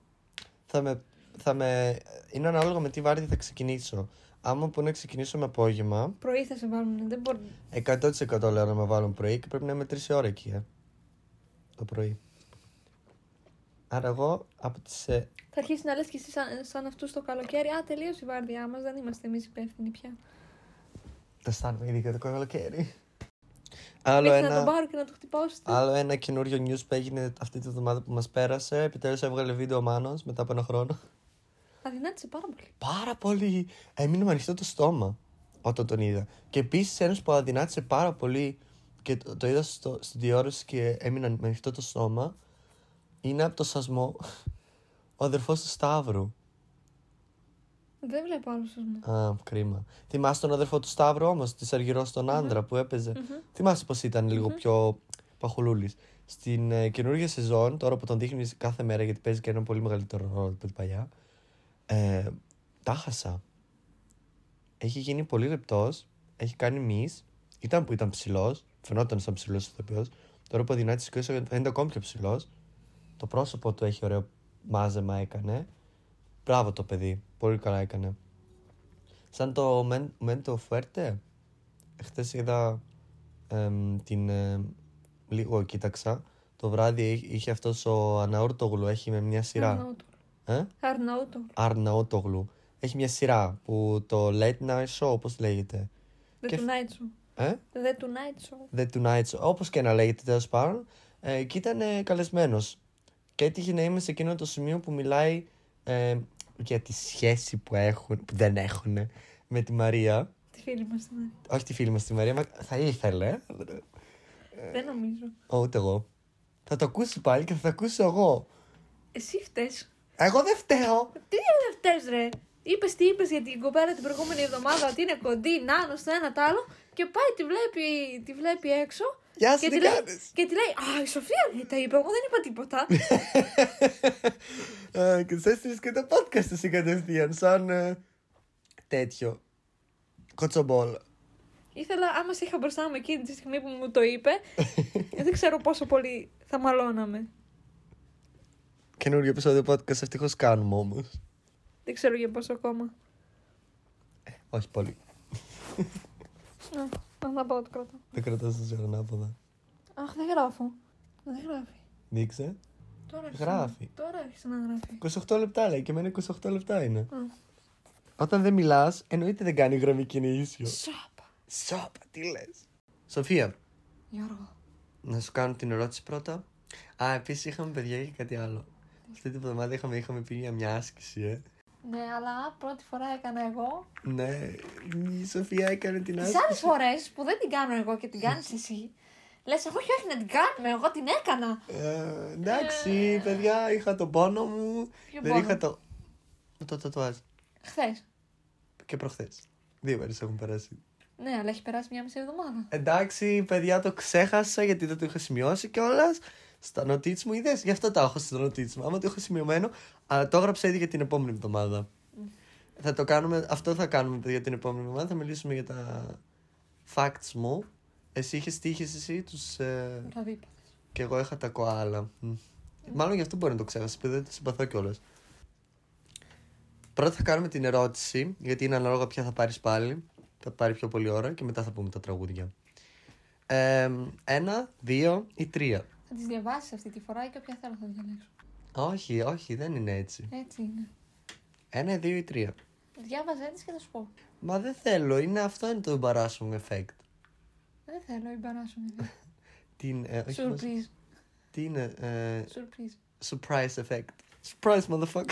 Speaker 1: θα με, θα με... είναι ανάλογα με τι βάρδια θα ξεκινήσω. Άμα που να ξεκινήσω με απόγευμα,
Speaker 2: Πρωί θα σε βάλουν, δεν μπορεί.
Speaker 1: 100% λέω να με βάλουν πρωί και πρέπει να είμαι 3 ώρα εκεί, ε. Το πρωί. Άρα εγώ από τις... ε,
Speaker 2: Θα αρχίσεις να λες και εσύ σαν, σαν αυτούς το καλοκαίρι. Α, τελείωσε η βάρδιά μας. Δεν είμαστε εμείς υπεύθυνοι πια.
Speaker 1: τα αισθάνομαι ήδη για το καλοκαίρι. Άλλο
Speaker 2: Μέχρι να τον
Speaker 1: ένα,
Speaker 2: πάρω και να το χτυπάω στο.
Speaker 1: άλλο ένα καινούριο news που έγινε αυτή τη βδομάδα που μας πέρασε. Επιτέλους έβγαλε βίντεο ο Μάνος μετά από ένα χρόνο.
Speaker 2: Αδυνάτησε πάρα πολύ.
Speaker 1: Πάρα πολύ. Έμεινε με ανοιχτό το στόμα όταν τον είδα. Και επίσης ένας που αδυνάτησε πάρα πολύ και το, το είδα στο, στην τηλεόραση και έμεινα με ανοιχτό το στόμα είναι από το σασμό ο αδερφός του Σταύρου.
Speaker 2: Δεν βλέπω άλλο σωσμό.
Speaker 1: Α, κρίμα. Θυμάσαι τον αδερφό του Σταύρου όμως, τη Αργυρό στον άντρα που έπαιζε. Θυμάσαι πως ήταν λίγο πιο παχουλούλης. Στην ε, καινούργια σεζόν, τώρα που τον δείχνεις κάθε μέρα γιατί παίζει και ένα πολύ μεγαλύτερο ρόλο από την παλιά. Ε, τα χάσα. Έχει γίνει πολύ λεπτό, έχει κάνει μυς, Ήταν που ήταν ψηλός, Φαινόταν σαν ψηλός ηθοποιός. Τώρα που αδυνάτησε και φαίνεται ακόμη πιο ψηλός. Το πρόσωπο του έχει ωραίο μάζεμα έκανε. Μπράβο το παιδί. Πολύ καλά έκανε. Σαν το Μεν- Μέντο Φουέρτε. Χθες είδα εμ, την. εμ, λίγο κοίταξα. Το βράδυ είχε- είχε αυτός ο Αναόρτογλου. Έχει με μια σειρά.
Speaker 2: Αρναούτογλου.
Speaker 1: Ε?
Speaker 2: Αρναούτογλου.
Speaker 1: Αρναότογλου. Έχει μια σειρά που το Late Night Show, όπως λέγεται.
Speaker 2: The
Speaker 1: Και-
Speaker 2: Tonight Show.
Speaker 1: Ε?
Speaker 2: The Tonight Show.
Speaker 1: The Tonight Show, όπως και να λέγεται τέλος πάντων. Ε, και ήταν ε, καλεσμένος. Και έτυχε να είμαι σε εκείνο το σημείο που μιλάει ε, για τη σχέση που έχουν, που δεν έχουν, με τη Μαρία.
Speaker 2: Τη φίλη μας. ναι.
Speaker 1: Όχι τη φίλη μας τη Μαρία, μα θα ήθελε. Ε.
Speaker 2: Δεν νομίζω.
Speaker 1: Ω, ούτε εγώ. Θα το ακούσει πάλι και θα το ακούσω εγώ.
Speaker 2: Εσύ φταίς.
Speaker 1: Εγώ δεν φταίω.
Speaker 2: Τι δεν φταίς ρε. Είπες τι είπες για την κοπέλα την προηγούμενη εβδομάδα ότι είναι κοντή, νάνος, το ένα τ' άλλο και πάει τη βλέπει, τη βλέπει έξω
Speaker 1: Γεια σου,
Speaker 2: και
Speaker 1: τι
Speaker 2: τη, λέει,
Speaker 1: κάνεις.
Speaker 2: και τη λέει Α, η Σοφία λέει, τα είπε, εγώ δεν είπα τίποτα.
Speaker 1: Ε, και σας έστειλες και τα podcast εσύ κατευθείαν, σαν ε, τέτοιο. Κοτσομπόλα.
Speaker 2: Ήθελα, άμα σε είχα μπροστά μου εκείνη τη στιγμή που μου το είπε, δεν ξέρω πόσο πολύ θα μαλώναμε.
Speaker 1: Καινούριο επεισόδιο podcast ευτυχώς κάνουμε όμως.
Speaker 2: Δεν ξέρω για πόσο ακόμα.
Speaker 1: Όχι πολύ.
Speaker 2: Α, να τα πάω το κρατώ.
Speaker 1: Δεν κρατάς το ζώο ανάποδα.
Speaker 2: Αχ, δεν γράφω. Δεν γράφει.
Speaker 1: Δείξε.
Speaker 2: Τώρα άρχισε
Speaker 1: Γράφει.
Speaker 2: να- Τώρα άρχισε να γράφει.
Speaker 1: 28 λεπτά λέει και εμένα 28 λεπτά είναι.
Speaker 2: Μμ.
Speaker 1: Όταν δεν μιλάς, εννοείται δεν κάνει γραμμή κινήσιο.
Speaker 2: Σάπα.
Speaker 1: Σόπα, τι λες. Σοφία,
Speaker 2: Γιώργο.
Speaker 1: να σου κάνω την ερώτηση πρώτα. Α, επίσης είχαμε παιδιά και κάτι άλλο. Αυτή την εβδομάδα είχαμε, είχαμε πει για μια άσκηση, ε.
Speaker 2: Ναι, αλλά πρώτη φορά έκανα εγώ.
Speaker 1: Ναι, η Σοφία έκανε την
Speaker 2: Τις
Speaker 1: άσκηση.
Speaker 2: άλλες φορές που δεν την κάνω εγώ και την κάνεις εσύ, λες, όχι, όχι, να την κάνουμε. Εγώ την έκανα.
Speaker 1: Ε, εντάξει, παιδιά, είχα τον πόνο μου.
Speaker 2: Ποιο
Speaker 1: δεν
Speaker 2: πόνο?
Speaker 1: είχα το. Το τατουάζ.
Speaker 2: Χθες.
Speaker 1: Και προχθές. Δύο μέρες έχουν περάσει.
Speaker 2: Ναι, αλλά έχει περάσει μια μισή εβδομάδα.
Speaker 1: Εντάξει, παιδιά, το ξέχασα γιατί δεν το είχα σημειώσει κιόλας. Στα νοτίτς μου είδε, γι' αυτό τα έχω στα νοτίτς μου. Άμα το είχα σημειωμένο, αλλά το έγραψα ήδη για την επόμενη εβδομάδα. Θα το κάνουμε, αυτό θα κάνουμε, παιδιά, την επόμενη εβδομάδα. Θα μιλήσουμε για τα facts μου. Εσύ είχες τύχει εσύ τους. Ε,
Speaker 2: Τα δίπλα.
Speaker 1: και εγώ είχα τα κοάλα. Μμ. Μάλλον γι' αυτό μπορεί να το ξέχασα, επειδή δεν το συμπαθώ κιόλας. Πρώτα θα κάνουμε την ερώτηση, γιατί είναι ανάλογα ποια θα πάρεις πάλι. Θα πάρει πιο πολύ ώρα και μετά θα πούμε τα τραγούδια. Ε, ένα, δύο ή τρία.
Speaker 2: Θα τις διαβάσεις αυτή τη φορά και όποια θέλω θα διαλέξω.
Speaker 1: Όχι, όχι, δεν είναι έτσι.
Speaker 2: Έτσι είναι.
Speaker 1: Ένα, δύο ή τρία.
Speaker 2: Διάβαζε τι και θα σου πω.
Speaker 1: Μα δεν θέλω, είναι αυτό είναι το embarrassing effect.
Speaker 2: Δεν θέλω, εμπαράσσομαι.
Speaker 1: Τι είναι, ε, όχι, μας-
Speaker 2: Surprise.
Speaker 1: τι είναι, ε,
Speaker 2: Surprise.
Speaker 1: Surprise effect. Surprise, motherfucker.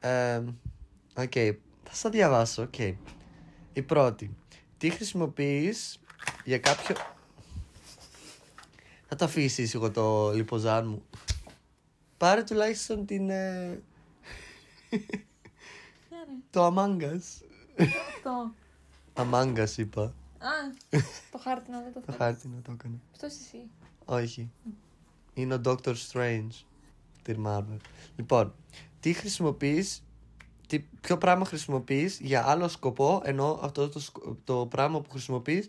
Speaker 1: Ε, Οκ. Θα σας διαβάσω. Οκ. Η πρώτη. Τι χρησιμοποιείς για κάποιο. Θα το αφήσει εγώ το λιποζάν μου. Πάρε τουλάχιστον την. ε,
Speaker 2: Ναι, ρε.
Speaker 1: το Among Us.
Speaker 2: Αυτό.
Speaker 1: Among Us είπα.
Speaker 2: Α, το χάρτινο δεν το
Speaker 1: Το
Speaker 2: θέλω.
Speaker 1: χάρτη να το έκανε.
Speaker 2: Αυτό εσύ.
Speaker 1: Όχι. Είναι ο Doctor Strange τη Marvel. Λοιπόν, τι χρησιμοποιείς, τι, ποιο πράγμα χρησιμοποιείς για άλλο σκοπό, ενώ αυτό το, σκο- το πράγμα που χρησιμοποιείς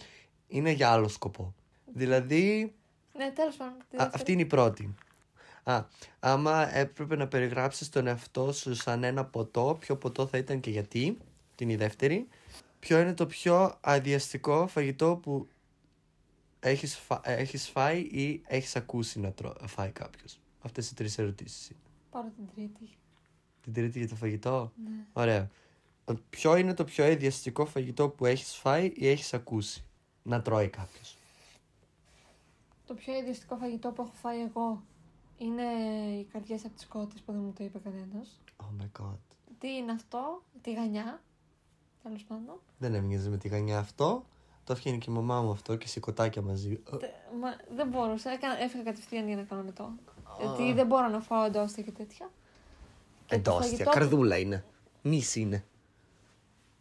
Speaker 1: είναι για άλλο σκοπό. Δηλαδή,
Speaker 2: Ναι, τέλος πάντων. τη
Speaker 1: α,
Speaker 2: δεύτερη.
Speaker 1: αυτή είναι η πρώτη. Α, άμα έπρεπε να περιγράψεις τον εαυτό σου σαν ένα ποτό, ποιο ποτό θα ήταν και γιατί, την η δεύτερη. Ποιο είναι το πιο αδιαστικό φαγητό που έχεις, φα- ε, έχεις φάει ή έχεις ακούσει να τρώ, φάει κάποιος. Αυτές οι τρεις ερωτήσεις είναι.
Speaker 2: Πάρω την τρίτη.
Speaker 1: Την τρίτη για το φαγητό.
Speaker 2: Ναι.
Speaker 1: Ωραία. Ε, Ποιο είναι το πιο αδιαστικό φαγητό που έχεις φάει ή έχεις ακούσει να τρώει κάποιος.
Speaker 2: Το πιο ιδιαστικό φαγητό που έχω φάει εγώ είναι οι καρδιές από τις κότες που δεν μου το είπε κανένας.
Speaker 1: Oh my god.
Speaker 2: Τι είναι αυτό, τη γανιά. Τέλος πάντων.
Speaker 1: Δεν έμοιαζε με τη γανιά αυτό. Το έφτιανε και η μαμά μου αυτό και σηκωτάκια μαζί. Ε,
Speaker 2: Τε- Μα, δεν μπορούσα. Έκανα, έφυγα κατευθείαν για να κάνω μετά.
Speaker 1: Α.
Speaker 2: Γιατί δεν μπορώ να φάω εντόστια και τέτοια. Και το
Speaker 1: Εντόστια,
Speaker 2: φαγητό-
Speaker 1: καρδούλα είναι. Μυς είναι.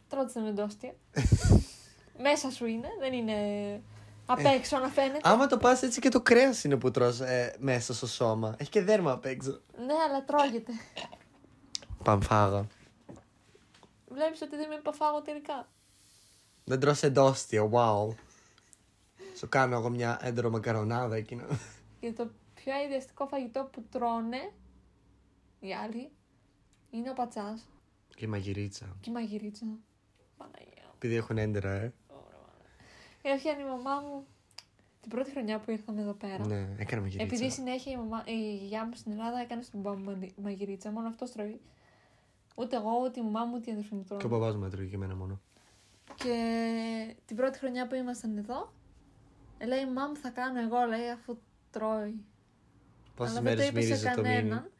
Speaker 2: Τρώτησε με εντόστια. Μέσα σου είναι, δεν είναι
Speaker 1: Ε.
Speaker 2: απ' έξω να φαίνεται.
Speaker 1: Άμα το πας έτσι και το κρέας είναι που τρως ε, μέσα στο σώμα. Έχει και δέρμα απ' έξω.
Speaker 2: Ναι, αλλά τρώγεται.
Speaker 1: Παμφάγα.
Speaker 2: Βλέπεις ότι δεν με παφάγω τελικά.
Speaker 1: Δεν τρως εντόστια, wow. Σου κάνω εγώ μια έντερο μακαρονάδα εκείνο.
Speaker 2: Και το πιο αειδιαστικό φαγητό που τρώνε οι άλλοι είναι ο πατσάς
Speaker 1: Και μαγειρίτσα.
Speaker 2: και η μαγειρίτσα. Παναγία μου.
Speaker 1: Επειδή έχουν έντερα, ε.
Speaker 2: Ωραία, μάνα. Έφτιανε η μαμά μου την πρώτη χρονιά που ήρθαμε εδώ πέρα.
Speaker 1: Ναι, έκανα μαγειρίτσα.
Speaker 2: Επειδή συνέχεια η, μαμά, η γιαγιά μου στην Ελλάδα έκανε στον μπαμπά μου μαντι- μαγειρίτσα, μόνο αυτό τρώει. Ούτε εγώ, ούτε η μαμά μου, ούτε η αδερφή μου
Speaker 1: Και ο
Speaker 2: τρώει.
Speaker 1: παπά μου έτρωγε και εμένα μόνο.
Speaker 2: Και την πρώτη χρονιά που ήμασταν εδώ, λέει η μαμά μου θα κάνω εγώ, λέει, αφού τρώει.
Speaker 1: Πόσες
Speaker 2: Αλλά δεν το
Speaker 1: μέρε
Speaker 2: είπε σε
Speaker 1: μύριζε το μήνυμα.
Speaker 2: κανέναν.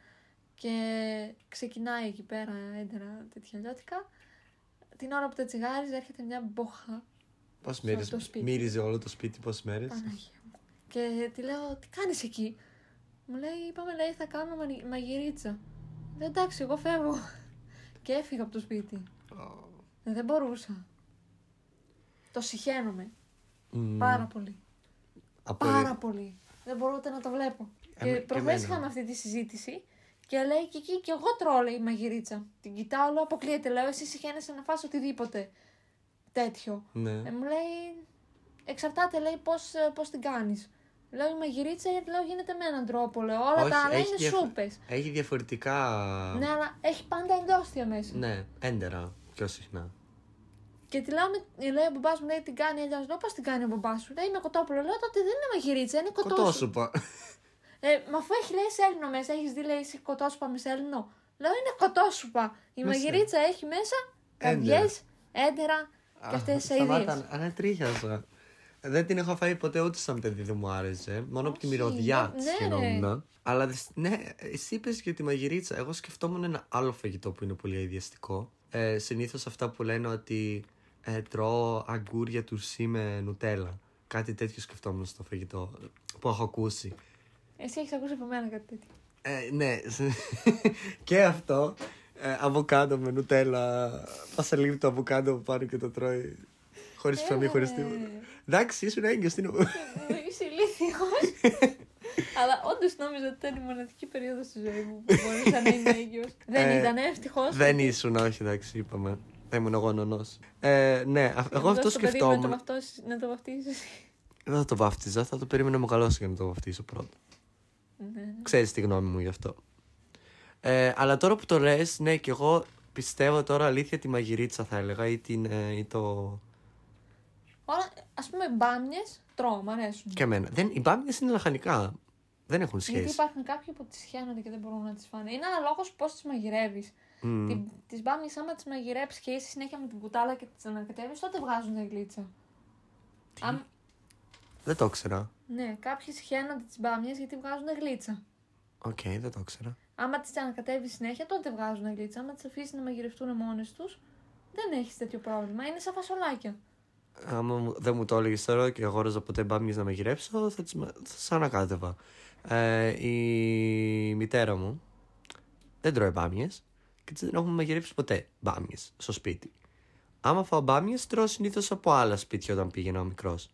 Speaker 2: Και ξεκινάει εκεί πέρα έντερα τέτοια λιώτικα. Την ώρα που τα τσιγάριζε έρχεται μια μποχά.
Speaker 1: Πόσες
Speaker 2: στο
Speaker 1: μέρε
Speaker 2: το σπίτι.
Speaker 1: μύριζε όλο το σπίτι, πόσες μέρες.
Speaker 2: Παναγία μου. Και τη λέω, τι κάνεις εκεί. Μου λέει, είπαμε λέει θα κάνω μανι- μαγειρίτσα. Λέω, εντάξει, εγώ φεύγω. Και έφυγα από το σπίτι. Ε, Δεν, δεν μπορούσα. Το συχαίνομαι πάρα πολύ. Πάρα πολύ. Δεν μπορώ ούτε να το βλέπω.
Speaker 1: Ε,
Speaker 2: και
Speaker 1: με- και
Speaker 2: προχθές
Speaker 1: εμένα.
Speaker 2: είχαμε αυτή τη συζήτηση και λέει και εκεί και εγώ τρώω λέει η μαγειρίτσα. Την κοιτάω, λέω αποκλείεται. Λέω εσύ συχαίνεσαι να φας οτιδήποτε τέτοιο.
Speaker 1: Ναι.
Speaker 2: Ε, μου λέει, εξαρτάται λέει πώς, ε, πώς την κάνεις. Λέω η μαγειρίτσα λέω, γίνεται με έναν τρόπο. Λέω, όλα
Speaker 1: Όχι,
Speaker 2: τα άλλα
Speaker 1: έχει
Speaker 2: είναι
Speaker 1: διαφο-
Speaker 2: σούπες.
Speaker 1: Έχει διαφορετικά.
Speaker 2: Ναι, αλλά έχει πάντα εντόστια μέσα.
Speaker 1: Ναι, έντερα πιο συχνά.
Speaker 2: Και τη λέω, με- λέει ο μπαμπάς μου, λέει την κάνει αλλιώς. Λέω, πώς την κάνει ο μπαμπάς σου. Λέει, είναι κοτόπουλο. Λέω, τότε δεν είναι μαγειρίτσα, είναι κοτόσου.
Speaker 1: Κοτόσουπα.
Speaker 2: Ε, μα αφού έχει λέει σε Έλληνο μέσα, έχεις δει λέει σε κοτόσουπα με σε Έλληνο. Λέω είναι κοτόσουπα. Η
Speaker 1: Μέσα.
Speaker 2: μαγειρίτσα έχει μέσα
Speaker 1: ναι. Έντερα.
Speaker 2: καρδιές, έντερα και αυτέ τι αειδίε.
Speaker 1: Ανατρίχιασα. ναι, Δεν την έχω φάει ποτέ ούτε σαν παιδί, δεν μου άρεσε. Μόνο από τη μυρωδιά
Speaker 2: ναι,
Speaker 1: της
Speaker 2: ναι,
Speaker 1: χαινόμουν. Αλλά δυσ- ναι, εσύ είπες για τη μαγειρίτσα. Εγώ σκεφτόμουν ένα άλλο φαγητό που είναι πολύ αειδιαστικό. Ε, Συνήθως αυτά που λένε ότι ε, τρώω αγκούρια τουρσί με νουτέλα. Κάτι τέτοιο σκεφτόμουν στο φαγητό που έχω ακούσει.
Speaker 2: Εσύ έχεις ακούσει από μένα κάτι τέτοιο.
Speaker 1: Ε, ναι, και αυτό. Ε, αβοκάντο με νουτέλα. Πασαλίβει το αβοκάντο που πάρει και το τρώει. Χωρίς ψωμί, χωρί τίποτα. Εντάξει, ήσουν έγκυος, τι νο-
Speaker 2: ναι. Ε, Είσαι ηλίθιος. Αλλά όντως νόμιζα ότι ήταν η μοναδική περίοδος στη ζωή μου που μπορούσα να είμαι έγκυος.
Speaker 1: Ε,
Speaker 2: Δεν ήταν, ευτυχώς.
Speaker 1: Δεν ήσουν, όχι, εντάξει, είπαμε. Θα ήμουν εγώ νονός. Ε, ναι, α- εγώ αυτό σκεφτόμουν.
Speaker 2: Να το βαφτίσεις.
Speaker 1: Δεν θα το βάφτιζα, θα το περίμενα να μου καλώσει για να το βαφτίσω πρώτα.
Speaker 2: Ναι.
Speaker 1: Ξέρεις τη γνώμη μου γι' αυτό. Ε, αλλά τώρα που το λες, ναι, και εγώ πιστεύω τώρα αλήθεια τη μαγειρίτσα θα έλεγα ή, την, ε, ή το.
Speaker 2: Όλα, ας πούμε, μπάμιες τρώω, μ' αρέσουν.
Speaker 1: Και εμένα. Δεν, οι μπάμιες είναι λαχανικά. Δεν έχουν σχέση.
Speaker 2: Γιατί υπάρχουν κάποιοι που τις χαίνονται και δεν μπορούν να τις φάνε. Είναι αναλόγως πώς τις μαγειρεύεις.
Speaker 1: Μμμ.
Speaker 2: Τις μπάμιες, άμα τις μαγειρέψεις και είσαι συνέχεια με την κουτάλα και τις ανακατεύεις, τότε βγάζουν τα γλίτσα. Αμ-
Speaker 1: Δεν το ήξερα.
Speaker 2: ναι, κάποιοι συχαίνονται τις μπάμιες γιατί βγάζουν γλίτσα.
Speaker 1: Οκ, δεν το ήξερα.
Speaker 2: Άμα τις ανακατεύεις συνέχεια, τότε βγάζουν γλίτσα. Άμα τις αφήσεις να μαγειρευτούν μόνες τους, δεν έχεις τέτοιο πρόβλημα. Είναι σαν φασολάκια.
Speaker 1: Άμα μου- δεν μου το έλεγες τώρα και αγόραζα ποτέ μπάμιες να μαγειρέψω, θα τις, μα- θα τις ανακάτευα. Ε, η μητέρα μου δεν τρώει μπάμιες και τις δεν έχουμε μαγειρέψει ποτέ μπάμιες στο σπίτι. Άμα φάω μπάμιες, τρώω συνήθως από άλλα σπίτια όταν πήγαινα ο μικρός.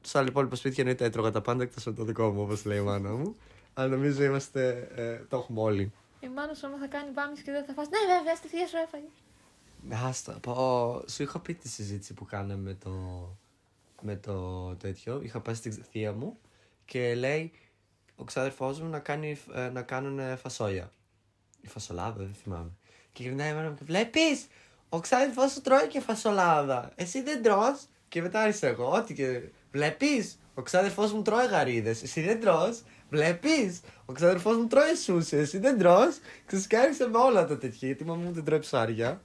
Speaker 1: Στα άλλα υπόλοιπα σπίτια εννοείται έτρωγα τα πάντα εκτός από το δικό μου, όπως λέει η μάνα μου. Αλλά νομίζω είμαστε, ε, το έχουμε όλοι.
Speaker 2: Η μάνα σου άμα θα κάνει μπάμιε και δεν θα φας. Ναι, βέβαια, στη θεία σου έφαγε.
Speaker 1: Άστα, πω, σου είχα πει τη συζήτηση που κάναμε με το, με το τέτοιο. Είχα πάει στη θεία μου και λέει ο ξάδερφός μου να, κάνει, ε, να κάνουν ε, φασόλια. Η φασολάδα, δεν θυμάμαι. Και γυρνάει εμένα μου και βλέπεις, ο ξάδερφός σου τρώει και φασολάδα. Εσύ δεν τρως. Και μετά άρχισα εγώ, ό,τι και βλέπεις, ο ξάδερφός μου τρώει γαρίδες, εσύ δεν τρως. Βλέπεις, ο ξάδερφός μου τρώει σούσι, εσύ δεν τρως. Ξεσκάρισε με όλα τα τέτοια, γιατί η μαμά μου δεν τρώει ψάρια.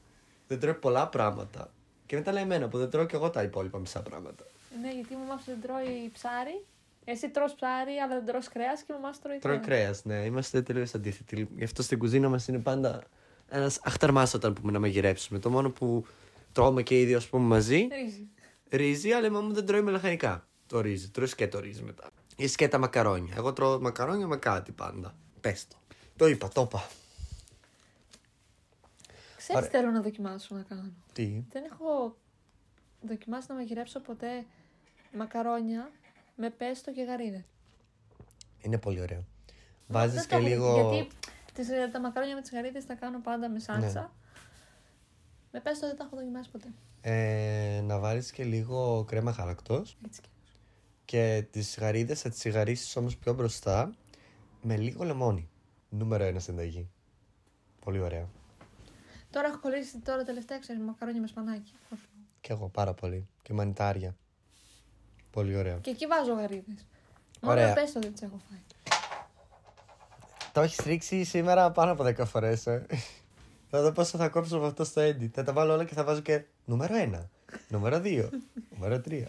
Speaker 1: Δεν τρώει πολλά πράγματα. Και μετά λέει εμένα που δεν τρώω και εγώ τα υπόλοιπα μισά πράγματα.
Speaker 2: Ναι, γιατί η μαμά σου δεν τρώει ψάρι. Εσύ τρως ψάρι, αλλά δεν τρως κρέας και η μαμά σου τρώει
Speaker 1: Τρώει κρέας, ναι. Είμαστε τελείως αντίθετοι. Γι' αυτό στην κουζίνα μας είναι πάντα ένας αχταρμά όταν πούμε να μαγειρέψουμε. Το μόνο που τρώμε και οι δύο, ας πούμε, μαζί,
Speaker 2: Ρύζι.
Speaker 1: ρύζι, αλλά η μαμά μου δεν τρώει με λαχανικά. Το ρύζι. Τρώει και το ρύζι μετά. Ή σκέτα μακαρόνια. Εγώ τρώω μακαρόνια με κάτι πάντα. Πες το. Το είπα, το είπα.
Speaker 2: Ξέρεις τι θέλω να δοκιμάσω να κάνω.
Speaker 1: Τι.
Speaker 2: Δεν έχω δοκιμάσει να μαγειρέψω ποτέ μακαρόνια με πέστο και γαρίδες.
Speaker 1: Είναι πολύ ωραίο.
Speaker 2: Δεν
Speaker 1: Βάζει
Speaker 2: το
Speaker 1: και
Speaker 2: έχω-
Speaker 1: λίγο. Ναι.
Speaker 2: Γιατί τις, ε, τα μακαρόνια με τις γαρίδες τα κάνω πάντα με σάλτσα. Με πέστο δεν τα έχω δοκιμάσει ποτέ.
Speaker 1: Ε, να βάλεις και λίγο κρέμα γάλακτος
Speaker 2: Έτσι κι αλλιώς.
Speaker 1: και τις γαρίδες θα τις σιγαρίσεις όμως πιο μπροστά με λίγο λεμόνι. Νούμερο ένα συνταγή. Πολύ ωραία.
Speaker 2: Τώρα έχω κολλήσει τώρα τελευταία, ξέρεις, μακαρόνια με σπανάκι.
Speaker 1: Κι εγώ πάρα πολύ. Και μανιτάρια. Πολύ ωραία.
Speaker 2: Και εκεί βάζω γαρίδες. Μόνο
Speaker 1: Ωραία.
Speaker 2: πες το δεν τις έχω φάει.
Speaker 1: Το έχεις ρίξει σήμερα πάνω από 10 φορές. Ε. θα δω πόσο θα κόψω από αυτό στο edit. Θα τα βάλω όλα και θα βάζω και νούμερο 1, νούμερο 2, νούμερο 3.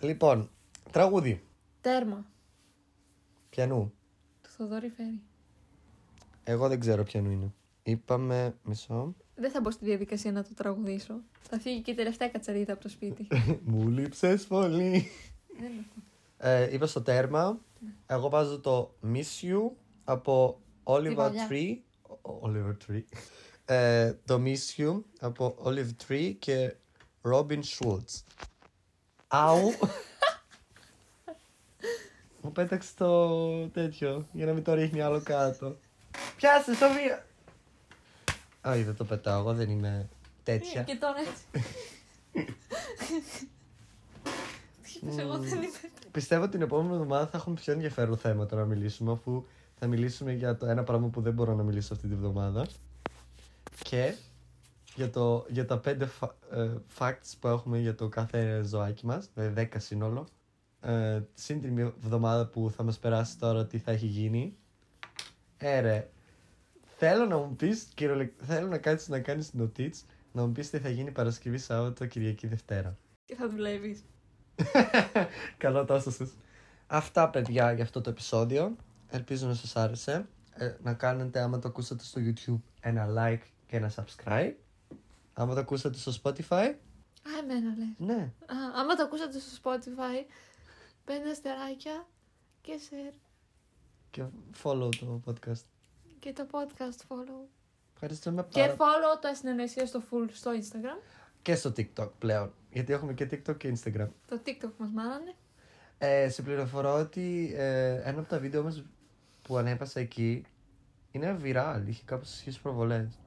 Speaker 1: λοιπόν, τραγούδι.
Speaker 2: Τέρμα.
Speaker 1: Πιανού.
Speaker 2: Του Θοδωρή φέρει.
Speaker 1: Εγώ δεν ξέρω πιανού είναι. Είπαμε μισό.
Speaker 2: Δεν θα μπω στη διαδικασία να το τραγουδήσω. Θα φύγει και η τελευταία κατσαρίδα από το σπίτι.
Speaker 1: Μου λείψες πολύ.
Speaker 2: δεν είναι αυτό.
Speaker 1: Ε, είπα στο τέρμα. Εγώ βάζω το Miss You από
Speaker 2: Τη
Speaker 1: Oliver
Speaker 2: παλιά.
Speaker 1: Tree. Ο- Oliver Tree. Ε, το Miss You από Olive Tree και Robin Schultz. Αου. Μου πέταξε το τέτοιο για να μην το ρίχνει άλλο κάτω. Πιάσε, Σοφία! Όχι, δεν το πετάω. Εγώ δεν είμαι τέτοια.
Speaker 2: Ε, Και τώρα έτσι. Τι είπες, εγώ δεν είμαι.
Speaker 1: Πιστεύω την επόμενη εβδομάδα θα έχουμε πιο ενδιαφέρον θέμα τώρα να μιλήσουμε, αφού θα μιλήσουμε για το ένα πράγμα που δεν μπορώ να μιλήσω αυτή τη βδομάδα. Και για, το, για τα πέντε φα- ε, facts που έχουμε για το κάθε ζωάκι μας, δηλαδή δέκα σύνολο. Ε, συν την μια εβδομάδα που θα μας περάσει τώρα τι θα έχει γίνει. Έρε, θέλω να μου πεις, κυριολεκ... θέλω να κάτσεις να κάνεις νοτίτς, να μου πεις τι θα γίνει Παρασκευή, Σάββατο, Κυριακή, Δευτέρα.
Speaker 2: Και θα δουλεύεις.
Speaker 1: Καλό τόσο σας. Αυτά παιδιά για αυτό το επεισόδιο. Ελπίζω να σας άρεσε. Ε, να κάνετε άμα το ακούσατε στο YouTube ένα like και ένα subscribe. Άμα το ακούσατε στο Spotify,
Speaker 2: Α, εμένα λες.
Speaker 1: ναι.
Speaker 2: Άμα το ακούσατε στο Spotify, πέντε αστεράκια και share
Speaker 1: Και follow το podcast.
Speaker 2: και το podcast follow.
Speaker 1: Ευχαριστούμε πάρα
Speaker 2: Και follow το ασυνενεσία στο full στο Instagram.
Speaker 1: Και στο TikTok πλέον. Γιατί έχουμε και TikTok και Instagram.
Speaker 2: Το TikTok μας μάνανε.
Speaker 1: Ε, σε πληροφορώ ότι ε, ένα από τα βίντεο μας που ανέβασα εκεί είναι viral. Είχε κάπως σχέση προβολές.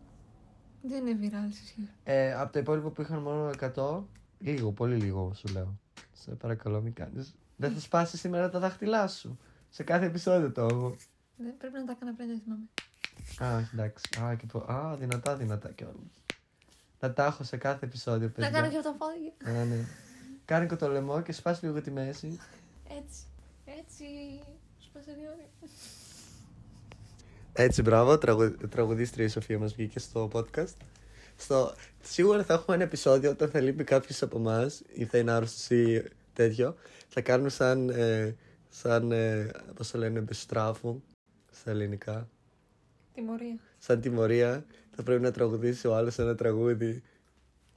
Speaker 2: Δεν είναι viral ισχύει.
Speaker 1: Ε, από το υπόλοιπο που είχαν μόνο 100, λίγο, πολύ λίγο σου λέω. Σε παρακαλώ, μην κάνεις. Δεν θα σπάσεις σήμερα τα δάχτυλά σου. Σε κάθε επεισόδιο το έχω.
Speaker 2: Δεν- Πρέπει να τα έκανα πριν, δεν θυμάμαι.
Speaker 1: Α, όχι, εντάξει. Α, και πο- Α, δυνατά, δυνατά κιόλας. Να τα έχω σε κάθε επεισόδιο,
Speaker 2: Να
Speaker 1: παιδιά.
Speaker 2: κάνω και από τα πόδια.
Speaker 1: Α, ναι. Κάνε και το λαιμό και σπάς λίγο τη μέση.
Speaker 2: Έτσι. Έτσι. Σου πάσε δύο ώρες.
Speaker 1: Έτσι, μπράβο, τραγου... τραγουδίστρια η Σοφία μας βγήκε στο podcast. Στο... Σίγουρα θα έχουμε ένα επεισόδιο όταν θα λείπει κάποιος από εμάς ή θα είναι άρρωστος ή τέτοιο. Θα κάνουμε σαν, ε, σαν ε, πώς το λένε, επιστράφου στα ελληνικά.
Speaker 2: Τιμωρία.
Speaker 1: Σαν τιμωρία θα πρέπει να τραγουδήσει ο άλλος ένα τραγούδι.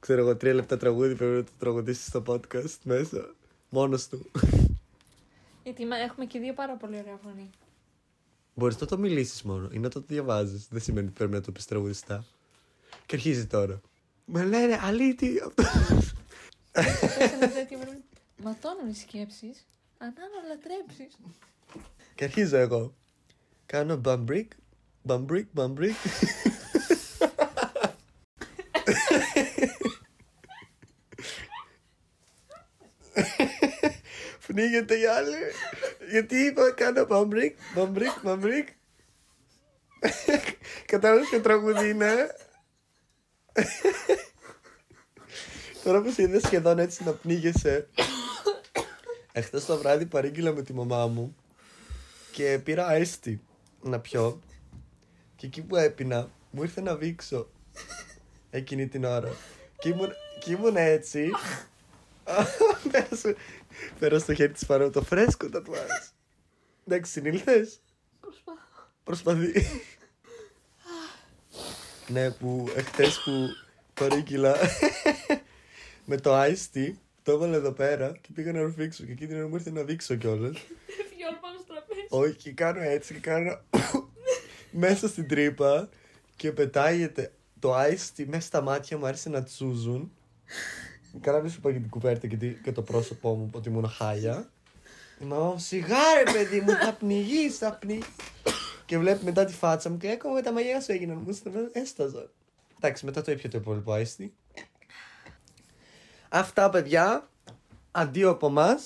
Speaker 1: Ξέρω εγώ, τρία λεπτά τραγούδι πρέπει να το τραγουδήσει στο podcast μέσα. Μόνος του.
Speaker 2: Γιατί μα- Ε, έχουμε και δύο πάρα πολύ ωραία φωνή.
Speaker 1: Μπορείς να το μιλήσεις μόνο ή να το διαβάζεις. Δεν σημαίνει ότι πρέπει να το πεις τραγουδιστά. Και αρχίζει τώρα. Με λένε αλήτη. αυτό».
Speaker 2: Πες ένα τέτοιο βράδυ. Ματώνουν οι σκέψεις. Ανάνα λατρέψεις.
Speaker 1: και αρχίζω εγώ. Κάνω μπαμπρίκ, μπαμπρίκ, μπαμπρίκ. Πνίγεται η άλλη. Γιατί είπα κάνω μπαμπρίκ, μπαμπρίκ, μπαμπρίκ. Κατάλαβες ποιο τραγούδι είναι. ε? Τώρα που σε είδες σχεδόν έτσι να πνίγεσαι. Εχθές το βράδυ παρήγγειλα με τη μαμά μου και πήρα iced tea να πιω. Και εκεί που έπινα, μου ήρθε να βήξω εκείνη την ώρα. Και ήμουν, και ήμουν έτσι. Πέρασε- Πέρασε το χέρι της πάνω από το φρέσκο τα Εντάξει, συνήλθες.
Speaker 2: Προσπαθώ.
Speaker 1: Προσπαθεί. ναι, που εχθές που παρήγγειλα με το iced tea, το έβαλα εδώ πέρα και πήγα να ρουφήξω. Και εκείνη την ώρα μου ήρθε να δείξω κιόλας.
Speaker 2: Φύγει όλο πάνω στο τραπέζι.
Speaker 1: Όχι, και κάνω έτσι και κάνω μέσα στην τρύπα και πετάγεται το ice tea μέσα στα μάτια μου, άρχισε να τσούζουν. Καλά μη σου είπα για την κουβέρτα και, τη- και το πρόσωπό μου ότι ήμουν χάλια. Η μαμά μου σιγά ρε παιδί μου, θα πνιγείς, θα πνιγείς. και βλέπει μετά τη φάτσα μου και έκομαι τα μαγιά σου έγιναν, μου έσταζαν.
Speaker 3: Εντάξει, μετά το ήπια το υπόλοιπο άιστη.
Speaker 1: Αυτά, παιδιά. Αντίο από εμάς.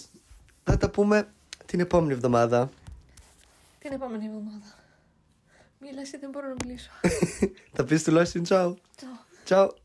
Speaker 1: Θα τα πούμε την επόμενη εβδομάδα.
Speaker 2: Την επόμενη εβδομάδα. Μίλα, εσύ δεν μπορώ να μιλήσω.
Speaker 1: Θα πεις τουλάχιστον τσαου.
Speaker 2: Τσαου.
Speaker 1: Τσαου.